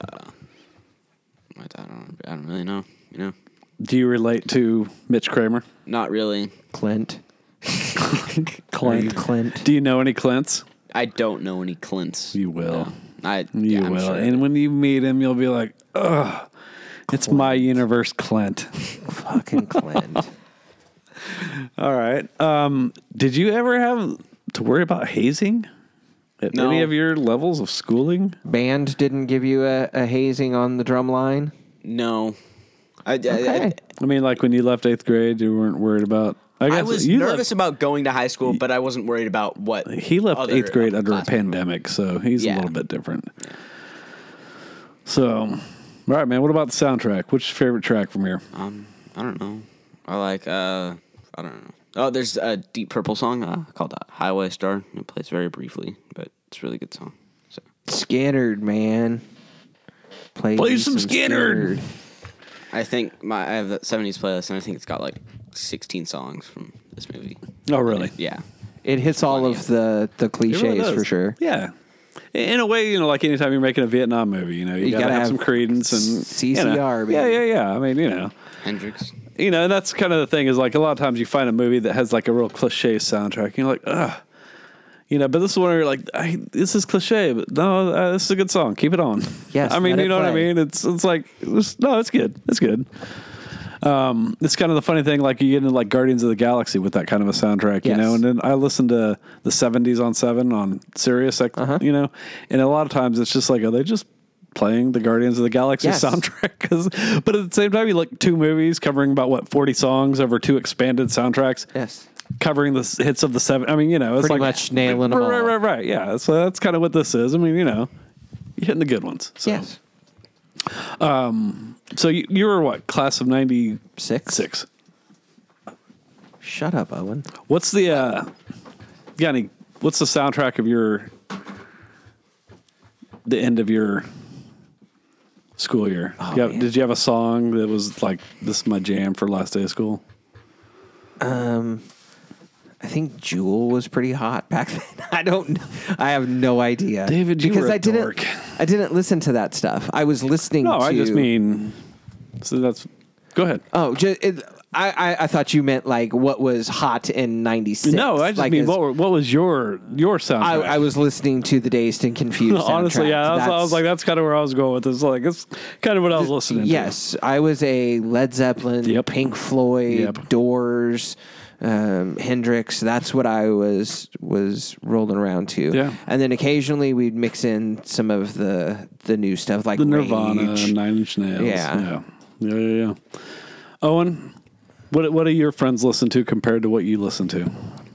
Speaker 4: don't, I don't really know. You know,
Speaker 2: Do you relate to Mitch Kramer?
Speaker 4: not really.
Speaker 3: Clint. Are you
Speaker 2: Clint.
Speaker 3: Clint?
Speaker 2: Do you know any Clints?
Speaker 4: I don't know any Clints.
Speaker 2: You will.
Speaker 4: No. I
Speaker 2: You
Speaker 4: yeah, I'm
Speaker 2: will.
Speaker 4: sure.
Speaker 2: And when you meet him, you'll be like, ugh, it's my universe, Clint.
Speaker 3: Fucking Clint.
Speaker 2: All right. Um, did you ever have to worry about hazing at
Speaker 4: No.
Speaker 2: any of your levels of schooling?
Speaker 3: Band didn't give you a, a hazing on the drum line?
Speaker 4: no, I, I-
Speaker 3: Okay.
Speaker 2: I mean, like when you left eighth grade, you weren't worried about. I
Speaker 4: I, I
Speaker 2: guess
Speaker 4: was
Speaker 2: you Left,
Speaker 4: nervous about going to high school, but I wasn't worried about what
Speaker 2: he left
Speaker 4: other
Speaker 2: eighth grade under a
Speaker 4: upperclassmen-
Speaker 2: pandemic, so he's a
Speaker 4: Yeah.
Speaker 2: little bit different. So, all right, man. What about the soundtrack? What's your favorite track from here?
Speaker 4: Um, I don't know. I like uh, I don't know. Oh, there's a Deep Purple song uh, called uh, "Highway Star." and It plays very briefly, but it's a really good song. So
Speaker 3: Skinnerd, man. Play,
Speaker 2: Play
Speaker 3: me
Speaker 2: some Skinnerd.
Speaker 4: I think my I have that '70s playlist, and I think it's got like 16 songs from this movie.
Speaker 2: Oh, really?
Speaker 4: Yeah,
Speaker 3: It hits all of the, the
Speaker 2: It really
Speaker 3: cliches
Speaker 2: does.
Speaker 3: for sure.
Speaker 2: Yeah. In a way, you know, like anytime you're making a Vietnam movie, you know, you,
Speaker 3: You
Speaker 2: gotta,
Speaker 3: gotta
Speaker 2: have, some
Speaker 3: have
Speaker 2: credence and you know.
Speaker 3: CCR,
Speaker 2: Yeah, yeah,
Speaker 3: baby.
Speaker 2: yeah. I mean, you know,
Speaker 4: Hendrix.
Speaker 2: you know, and that's kind of the thing is like a lot of times you find a movie that has like a real cliche soundtrack, and you're like, ugh, you know. But this one, where you're like, I, this is cliche, but no, uh, this is a good song. Keep it on.
Speaker 3: Yes,
Speaker 2: I mean,
Speaker 3: let
Speaker 2: you
Speaker 3: it
Speaker 2: know what I
Speaker 3: play.
Speaker 2: mean? It's it's like it's, no, it's good. It's good. Um, it's kind of the funny thing, like you get into like Guardians of the Galaxy with that kind of a soundtrack, you
Speaker 3: Yes.
Speaker 2: know. And then I listen to the '70s on Seven on Sirius, like
Speaker 3: Uh-huh.
Speaker 2: you know, and a lot of times it's just like, are they just playing the Guardians of the Galaxy
Speaker 3: Yes.
Speaker 2: soundtrack? 'Cause- but at the same time, you look two movies covering about what 40 songs over two expanded soundtracks,
Speaker 3: Yes.
Speaker 2: covering the s- hits of the seven. I mean, you know, it's
Speaker 3: Pretty
Speaker 2: like
Speaker 3: much
Speaker 2: right,
Speaker 3: nailing them
Speaker 2: right,
Speaker 3: all.
Speaker 2: right, right. Yeah, so that's kind of what this is. I mean, you know, you're hitting the good ones. So.
Speaker 3: Yes.
Speaker 2: So you, you were what class of ninety
Speaker 3: Six.
Speaker 2: six?
Speaker 3: Shut up, Owen.
Speaker 2: What's the uh, got any? What's the soundtrack of your the end of your school year? You have-
Speaker 3: Oh, man.
Speaker 2: did you have a song that was like this is my jam for last day of school?
Speaker 3: I think Jewel was pretty hot back then. I don't. know. I have no idea.
Speaker 2: David, you
Speaker 3: because
Speaker 2: were a
Speaker 3: I didn't.
Speaker 2: dork.
Speaker 3: I didn't listen to that stuff. I was listening.
Speaker 2: No,
Speaker 3: to,
Speaker 2: I just mean. So that's. Go ahead.
Speaker 3: Oh, just, it, I, I I thought you meant like what was hot in '96.
Speaker 2: no, I just
Speaker 3: like
Speaker 2: mean
Speaker 3: as-
Speaker 2: what, were, what was your your soundtrack?
Speaker 3: I, I was listening to the Dazed and Confused.
Speaker 2: honestly, yeah.
Speaker 3: soundtrack.
Speaker 2: That's, I was like, that's kind of where I was going with this. Like, it's kind of what I was listening to.
Speaker 3: Yes, I was a Led Zeppelin,
Speaker 2: Yep.
Speaker 3: Pink Floyd,
Speaker 2: Yep.
Speaker 3: Doors, um, Hendrix. That's what I was was rolling around to.
Speaker 2: Yeah.
Speaker 3: and then occasionally we'd mix in some of the the new stuff like
Speaker 2: the Nirvana,
Speaker 3: Rage.
Speaker 2: Nine Inch Nails.
Speaker 3: Yeah.
Speaker 2: yeah, yeah, yeah. yeah. Owen, what what do your friends listen to compared to what you listen to?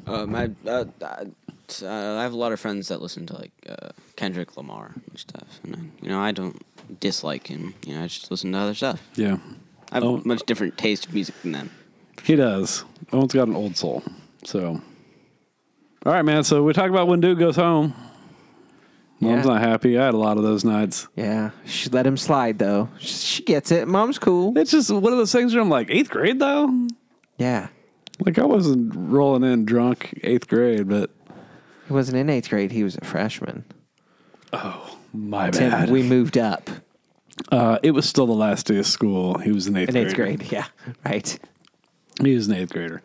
Speaker 4: Uh, my, uh, uh, t- uh, I have a lot of friends that listen to like uh, Kendrick Lamar and stuff, and I, you know I don't dislike him. You know I just listen to other stuff.
Speaker 2: Yeah,
Speaker 4: I have
Speaker 2: Oh.
Speaker 4: much different taste of music than them.
Speaker 2: he does. Owen's got an old soul. So, all right, man. So we talked about when dude goes home. Mom's
Speaker 3: Yeah.
Speaker 2: not happy. I had a lot of those nights.
Speaker 3: Yeah, she let him slide though. She, she gets it. Mom's cool.
Speaker 2: It's just one of those things where I'm like eighth grade though.
Speaker 3: Yeah,
Speaker 2: Like I wasn't rolling in drunk eighth grade, but
Speaker 3: he wasn't in eighth grade. He was a freshman.
Speaker 2: my
Speaker 3: Tim,
Speaker 2: bad.
Speaker 3: we moved up
Speaker 2: uh, it was still the last day of school. He was an eighth
Speaker 3: in eighth
Speaker 2: grader.
Speaker 3: grade. Yeah, right.
Speaker 2: He was an eighth grader.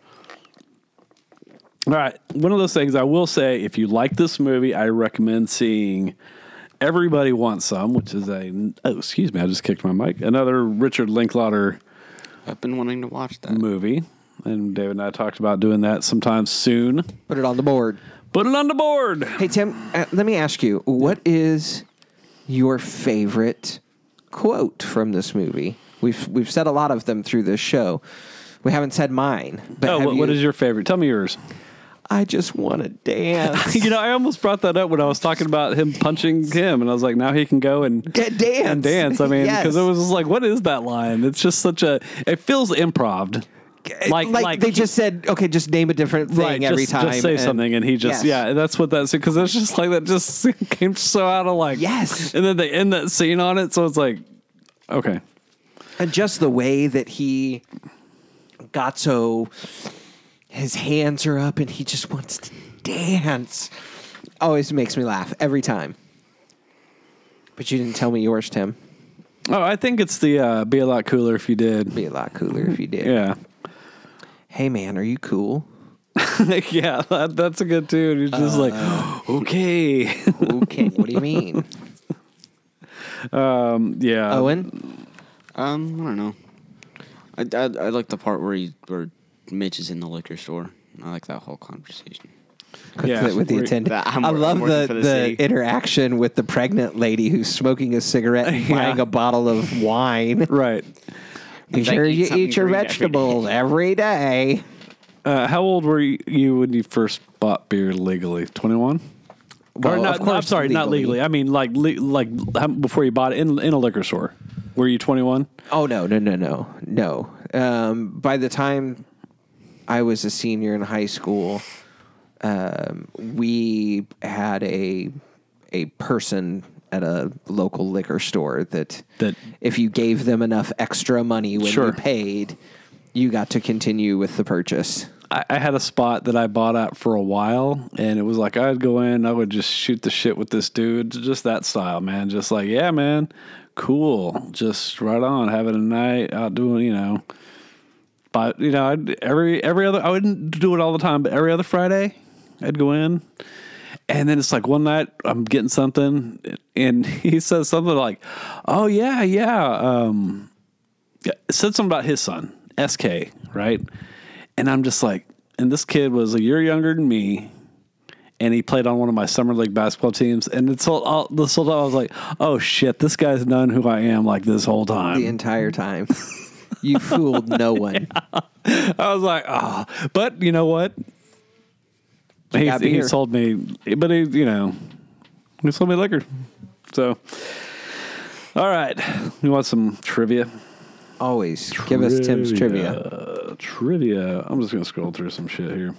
Speaker 2: All right. One of those things I will say if you like this movie, I recommend seeing Everybody Wants Some, which is a, oh, excuse me, I just kicked my mic. Another Richard Linklater
Speaker 4: I've been wanting to watch that.
Speaker 2: movie. And David and I talked about doing that sometime soon.
Speaker 3: Put it on the board.
Speaker 2: Put it on the board.
Speaker 3: Hey Tim, uh, let me ask you, what is your favorite quote from this movie? We've we've said a lot of them through this show. We haven't said mine, but
Speaker 2: Oh,
Speaker 3: have
Speaker 2: what,
Speaker 3: you,
Speaker 2: what is your favorite? Tell me yours.
Speaker 3: I just want to dance.
Speaker 2: You know, I almost brought that up when I was talking about him punching him, and I was like, now he can go and
Speaker 3: Get dance.
Speaker 2: and dance. I mean,
Speaker 3: Yes.
Speaker 2: because it was just like, what is that line? It's just such a. It feels improv. Like,
Speaker 3: like,
Speaker 2: like,
Speaker 3: they just said, okay, just name a different thing
Speaker 2: right,
Speaker 3: every
Speaker 2: just,
Speaker 3: time.
Speaker 2: Just say
Speaker 3: and-
Speaker 2: something, and he just
Speaker 3: Yes.
Speaker 2: yeah. That's what that's because it's just like that. Just came so out of like
Speaker 3: Yes.
Speaker 2: And then they end that scene on it, so it's like, okay,
Speaker 3: And just the way that he got so his hands are up and he just wants to dance always makes me laugh every time. But you didn't tell me yours, Tim.
Speaker 2: oh, I think it's the uh, be a lot cooler if you did.
Speaker 3: Be a lot cooler if you did.
Speaker 2: Yeah,
Speaker 3: Hey man, are you cool?
Speaker 2: yeah, that, that's a good tune. You're just
Speaker 3: Uh.
Speaker 2: like, okay,
Speaker 3: Okay. what do you mean?
Speaker 2: yeah.
Speaker 3: Owen?
Speaker 4: Um, I don't know. I, I, I like the part where he where Mitch is in the liquor store. I like that whole conversation.
Speaker 3: Quick
Speaker 2: Yeah.
Speaker 3: flip with the
Speaker 2: We're-
Speaker 3: attendant.
Speaker 4: That- I'm
Speaker 3: I
Speaker 4: wor-
Speaker 3: love
Speaker 4: I'm working
Speaker 3: the,
Speaker 4: for
Speaker 3: the,
Speaker 4: the city.
Speaker 3: interaction with the pregnant lady who's smoking a cigarette and buying a bottle of wine.
Speaker 2: right.
Speaker 3: Be
Speaker 4: It's like
Speaker 3: sure
Speaker 4: eat
Speaker 3: you
Speaker 4: something
Speaker 3: eat your
Speaker 4: green every day.
Speaker 3: vegetables every day.
Speaker 2: Uh, how old were you, you when you first bought beer legally? Twenty one. or
Speaker 3: Well,
Speaker 2: not,
Speaker 3: of course,
Speaker 2: I'm sorry, not
Speaker 3: legally.
Speaker 2: legally. I mean, like, le- like how- before you bought it in, in a liquor store. Were you 21?
Speaker 3: Oh no, no, no, no, no. Um, by the time I was a senior in high school, um, we had a a person at a local liquor store that
Speaker 2: That-
Speaker 3: if you gave them enough extra money when
Speaker 2: Sure.
Speaker 3: you paid, you got to continue with the purchase.
Speaker 2: I, I had a spot that I bought at for a while, and it was like I'd go in, I would just shoot the shit with this dude, just that style, man. Just like, yeah, man, cool, just right on, having a night out doing, you know. But you know, I'd, every every other, I wouldn't do it all the time, but every other Friday, I'd go in, And then it's like one night I'm getting something, and he says something like, "Oh yeah, yeah." Um, yeah," said something about his son, SK, right? And I'm just like, and this kid was a year younger than me, and he played on one of my summer league basketball teams. And it's all, all this whole time I was like, "Oh shit, this guy's known who I am like this whole time."
Speaker 3: The entire time, you fooled no one.
Speaker 2: I was like, "Oh," but you know what? He,
Speaker 3: got
Speaker 2: he
Speaker 3: beer.
Speaker 2: sold me, but he, you know, he sold me liquor. So, all right, you want some trivia?
Speaker 3: Always give us Tim's trivia.
Speaker 2: Trivia. I'm just gonna scroll through some shit here.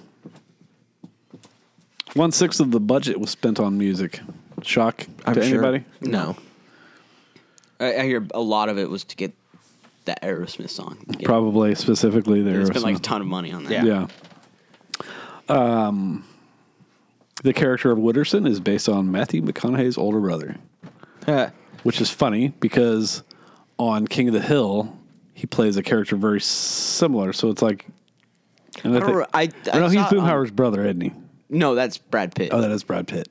Speaker 2: One sixth of the budget was spent on music. Shock
Speaker 3: I'm
Speaker 2: to
Speaker 3: sure.
Speaker 2: anybody?
Speaker 3: No.
Speaker 4: I, I hear a lot of it was to get that Aerosmith song. Yeah.
Speaker 2: Probably specifically there.
Speaker 4: They spent like a ton of money on that.
Speaker 2: Yeah. Um, The character of Wooderson is based on Matthew McConaughey's older brother,
Speaker 3: Huh.
Speaker 2: which is funny because on King of the Hill, he plays a character very similar. So it's like. And I
Speaker 4: don't
Speaker 2: think-
Speaker 4: re- I- I
Speaker 2: or no, he's
Speaker 4: saw um, it on-
Speaker 2: Boomhauer's brother, isn't he?
Speaker 4: No, that's Brad Pitt.
Speaker 2: Oh, that is Brad Pitt.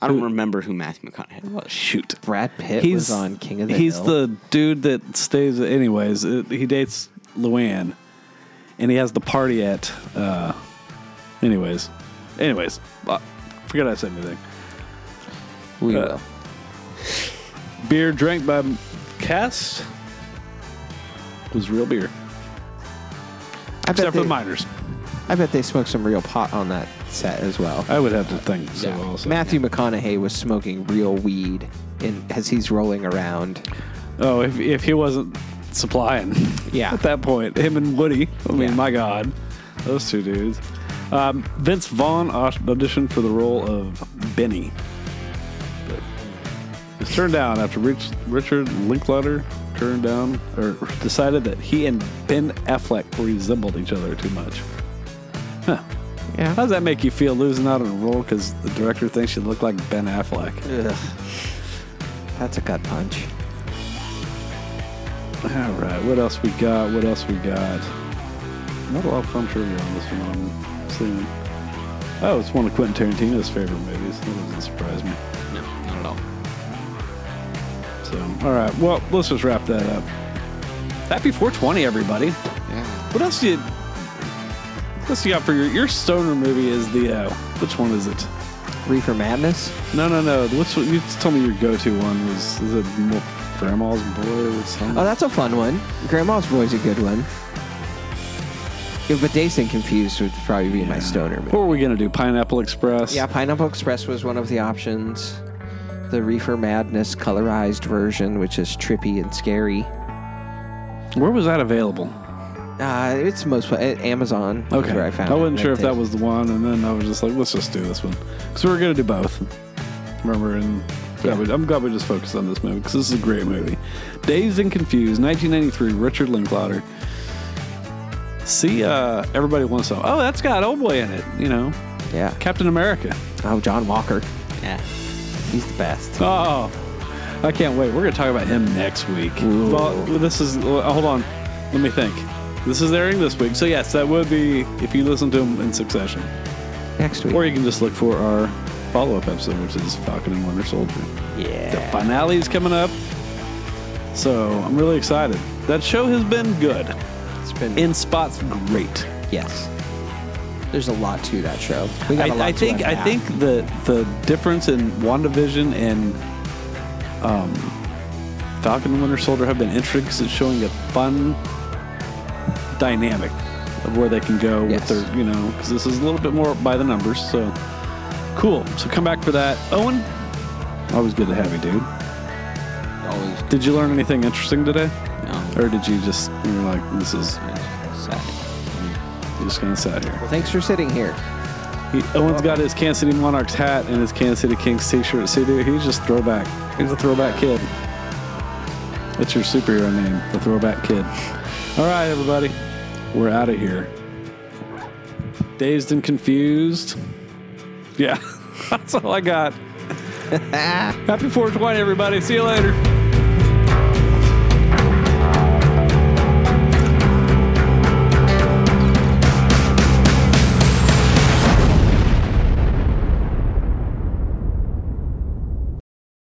Speaker 4: I don't remember who Matthew McConaughey was.
Speaker 2: Shoot.
Speaker 3: Brad Pitt was on King of the
Speaker 2: He's
Speaker 3: Hill.
Speaker 2: the dude that stays. Anyways, it, he dates Luann, and he has the party at. Uh, anyways, anyways, uh, forget I said anything.
Speaker 3: we
Speaker 2: uh,
Speaker 3: will.
Speaker 2: Beer drank by Cass was real beer,
Speaker 3: I bet,
Speaker 2: except for
Speaker 3: they,
Speaker 2: the miners.
Speaker 3: I bet they smoked some real pot on that set as well.
Speaker 2: I would have to think so.
Speaker 3: Yeah.
Speaker 2: Also,
Speaker 3: Matthew McConaughey was smoking real weed in, as he's rolling around.
Speaker 2: Oh, if, if he wasn't supplying,
Speaker 3: Yeah.
Speaker 2: at that point, him and Woody. I mean,
Speaker 3: Yeah.
Speaker 2: my God, those two dudes. Um, Vince Vaughn aut- auditioned for the role of Benny. It was turned down after Rich, Richard Linklater turned down or decided that he and Ben Affleck resembled each other too much. Huh.
Speaker 3: Yeah.
Speaker 2: How does that make you feel losing out on a role because the director thinks you look like Ben Affleck?
Speaker 3: That's a gut punch.
Speaker 2: All right, what else we got? What else we got? Not a lot of fun trivia on this one. I'm seeing. Oh, it's one of Quentin Tarantino's favorite movies. That doesn't surprise me.
Speaker 4: No, not at all.
Speaker 2: So, all right, well, let's just wrap that up. Happy 420, everybody.
Speaker 4: Yeah.
Speaker 2: What else do you? What else you got for your your stoner movie? Is the uh, which one is it?
Speaker 3: Reefer Madness?
Speaker 2: No, no, no. Which one, you told me your go-to one was? Is it Mo- Grandma's Boy or something?
Speaker 3: Oh, that's a fun one. Grandma's Boy's a good one. Yeah, but Dazed and Confused would probably be my stoner
Speaker 2: what
Speaker 3: movie.
Speaker 2: were we gonna do? Pineapple Express.
Speaker 3: Yeah, Pineapple Express was one of the options. The Reefer Madness colorized version, which is trippy and scary.
Speaker 2: Where was that available?
Speaker 3: Uh, it's most at Amazon. is
Speaker 2: Okay.
Speaker 3: where I found. it.
Speaker 2: wasn't sure if
Speaker 3: That's
Speaker 2: that
Speaker 3: it.
Speaker 2: was the one, and then I was just like, let's just do this one because we were gonna do both. Remember, and yeah.
Speaker 3: Yeah.
Speaker 2: we, I'm glad we just focused on this movie because this is a great movie. Dazed and Confused, 1993, Richard Linklater. See, uh, everybody wants to. Oh, that's got Old Boy in it. You know,
Speaker 3: Yeah.
Speaker 2: Captain America.
Speaker 3: Oh, John Walker.
Speaker 4: Yeah.
Speaker 3: He's the best.
Speaker 2: Oh, I can't wait. We're gonna talk about him next week. Well, this is. well, Hold on, let me think. This is airing this week, so yes, that would be if you listen to him in succession.
Speaker 3: Next week.
Speaker 2: Or you can just look for our follow up episode, which is Falcon and Winter Soldier. The
Speaker 3: yeah.
Speaker 2: finale is coming up. So I'm really excited. That show has been good.
Speaker 3: It's been
Speaker 2: In spots, great.
Speaker 3: yes. There's a lot to that show. We got a lot
Speaker 2: I, I
Speaker 3: to
Speaker 2: think I
Speaker 3: unpack.
Speaker 2: think the the difference in WandaVision and um, Falcon and Winter Soldier have been interesting because it's showing a fun dynamic of where they can go
Speaker 3: Yes.
Speaker 2: with their you know because this is a little bit more by the numbers. So cool. So come back for that, Owen. Always good to have you, dude.
Speaker 4: Always.
Speaker 2: Did you learn anything interesting today,
Speaker 4: No.
Speaker 2: or did you just you're like this is
Speaker 4: Sad.
Speaker 2: I'm just gonna sit here?
Speaker 3: Thanks for sitting here.
Speaker 2: He, Owen's got his Kansas City Monarchs hat and his Kansas City Kings t-shirt. See, dude, he's just throwback. He's a throwback kid. That's your superhero name, the throwback kid. All right, everybody, we're out of here. Dazed and confused. Yeah, that's all I got. Happy 420, everybody. See you later.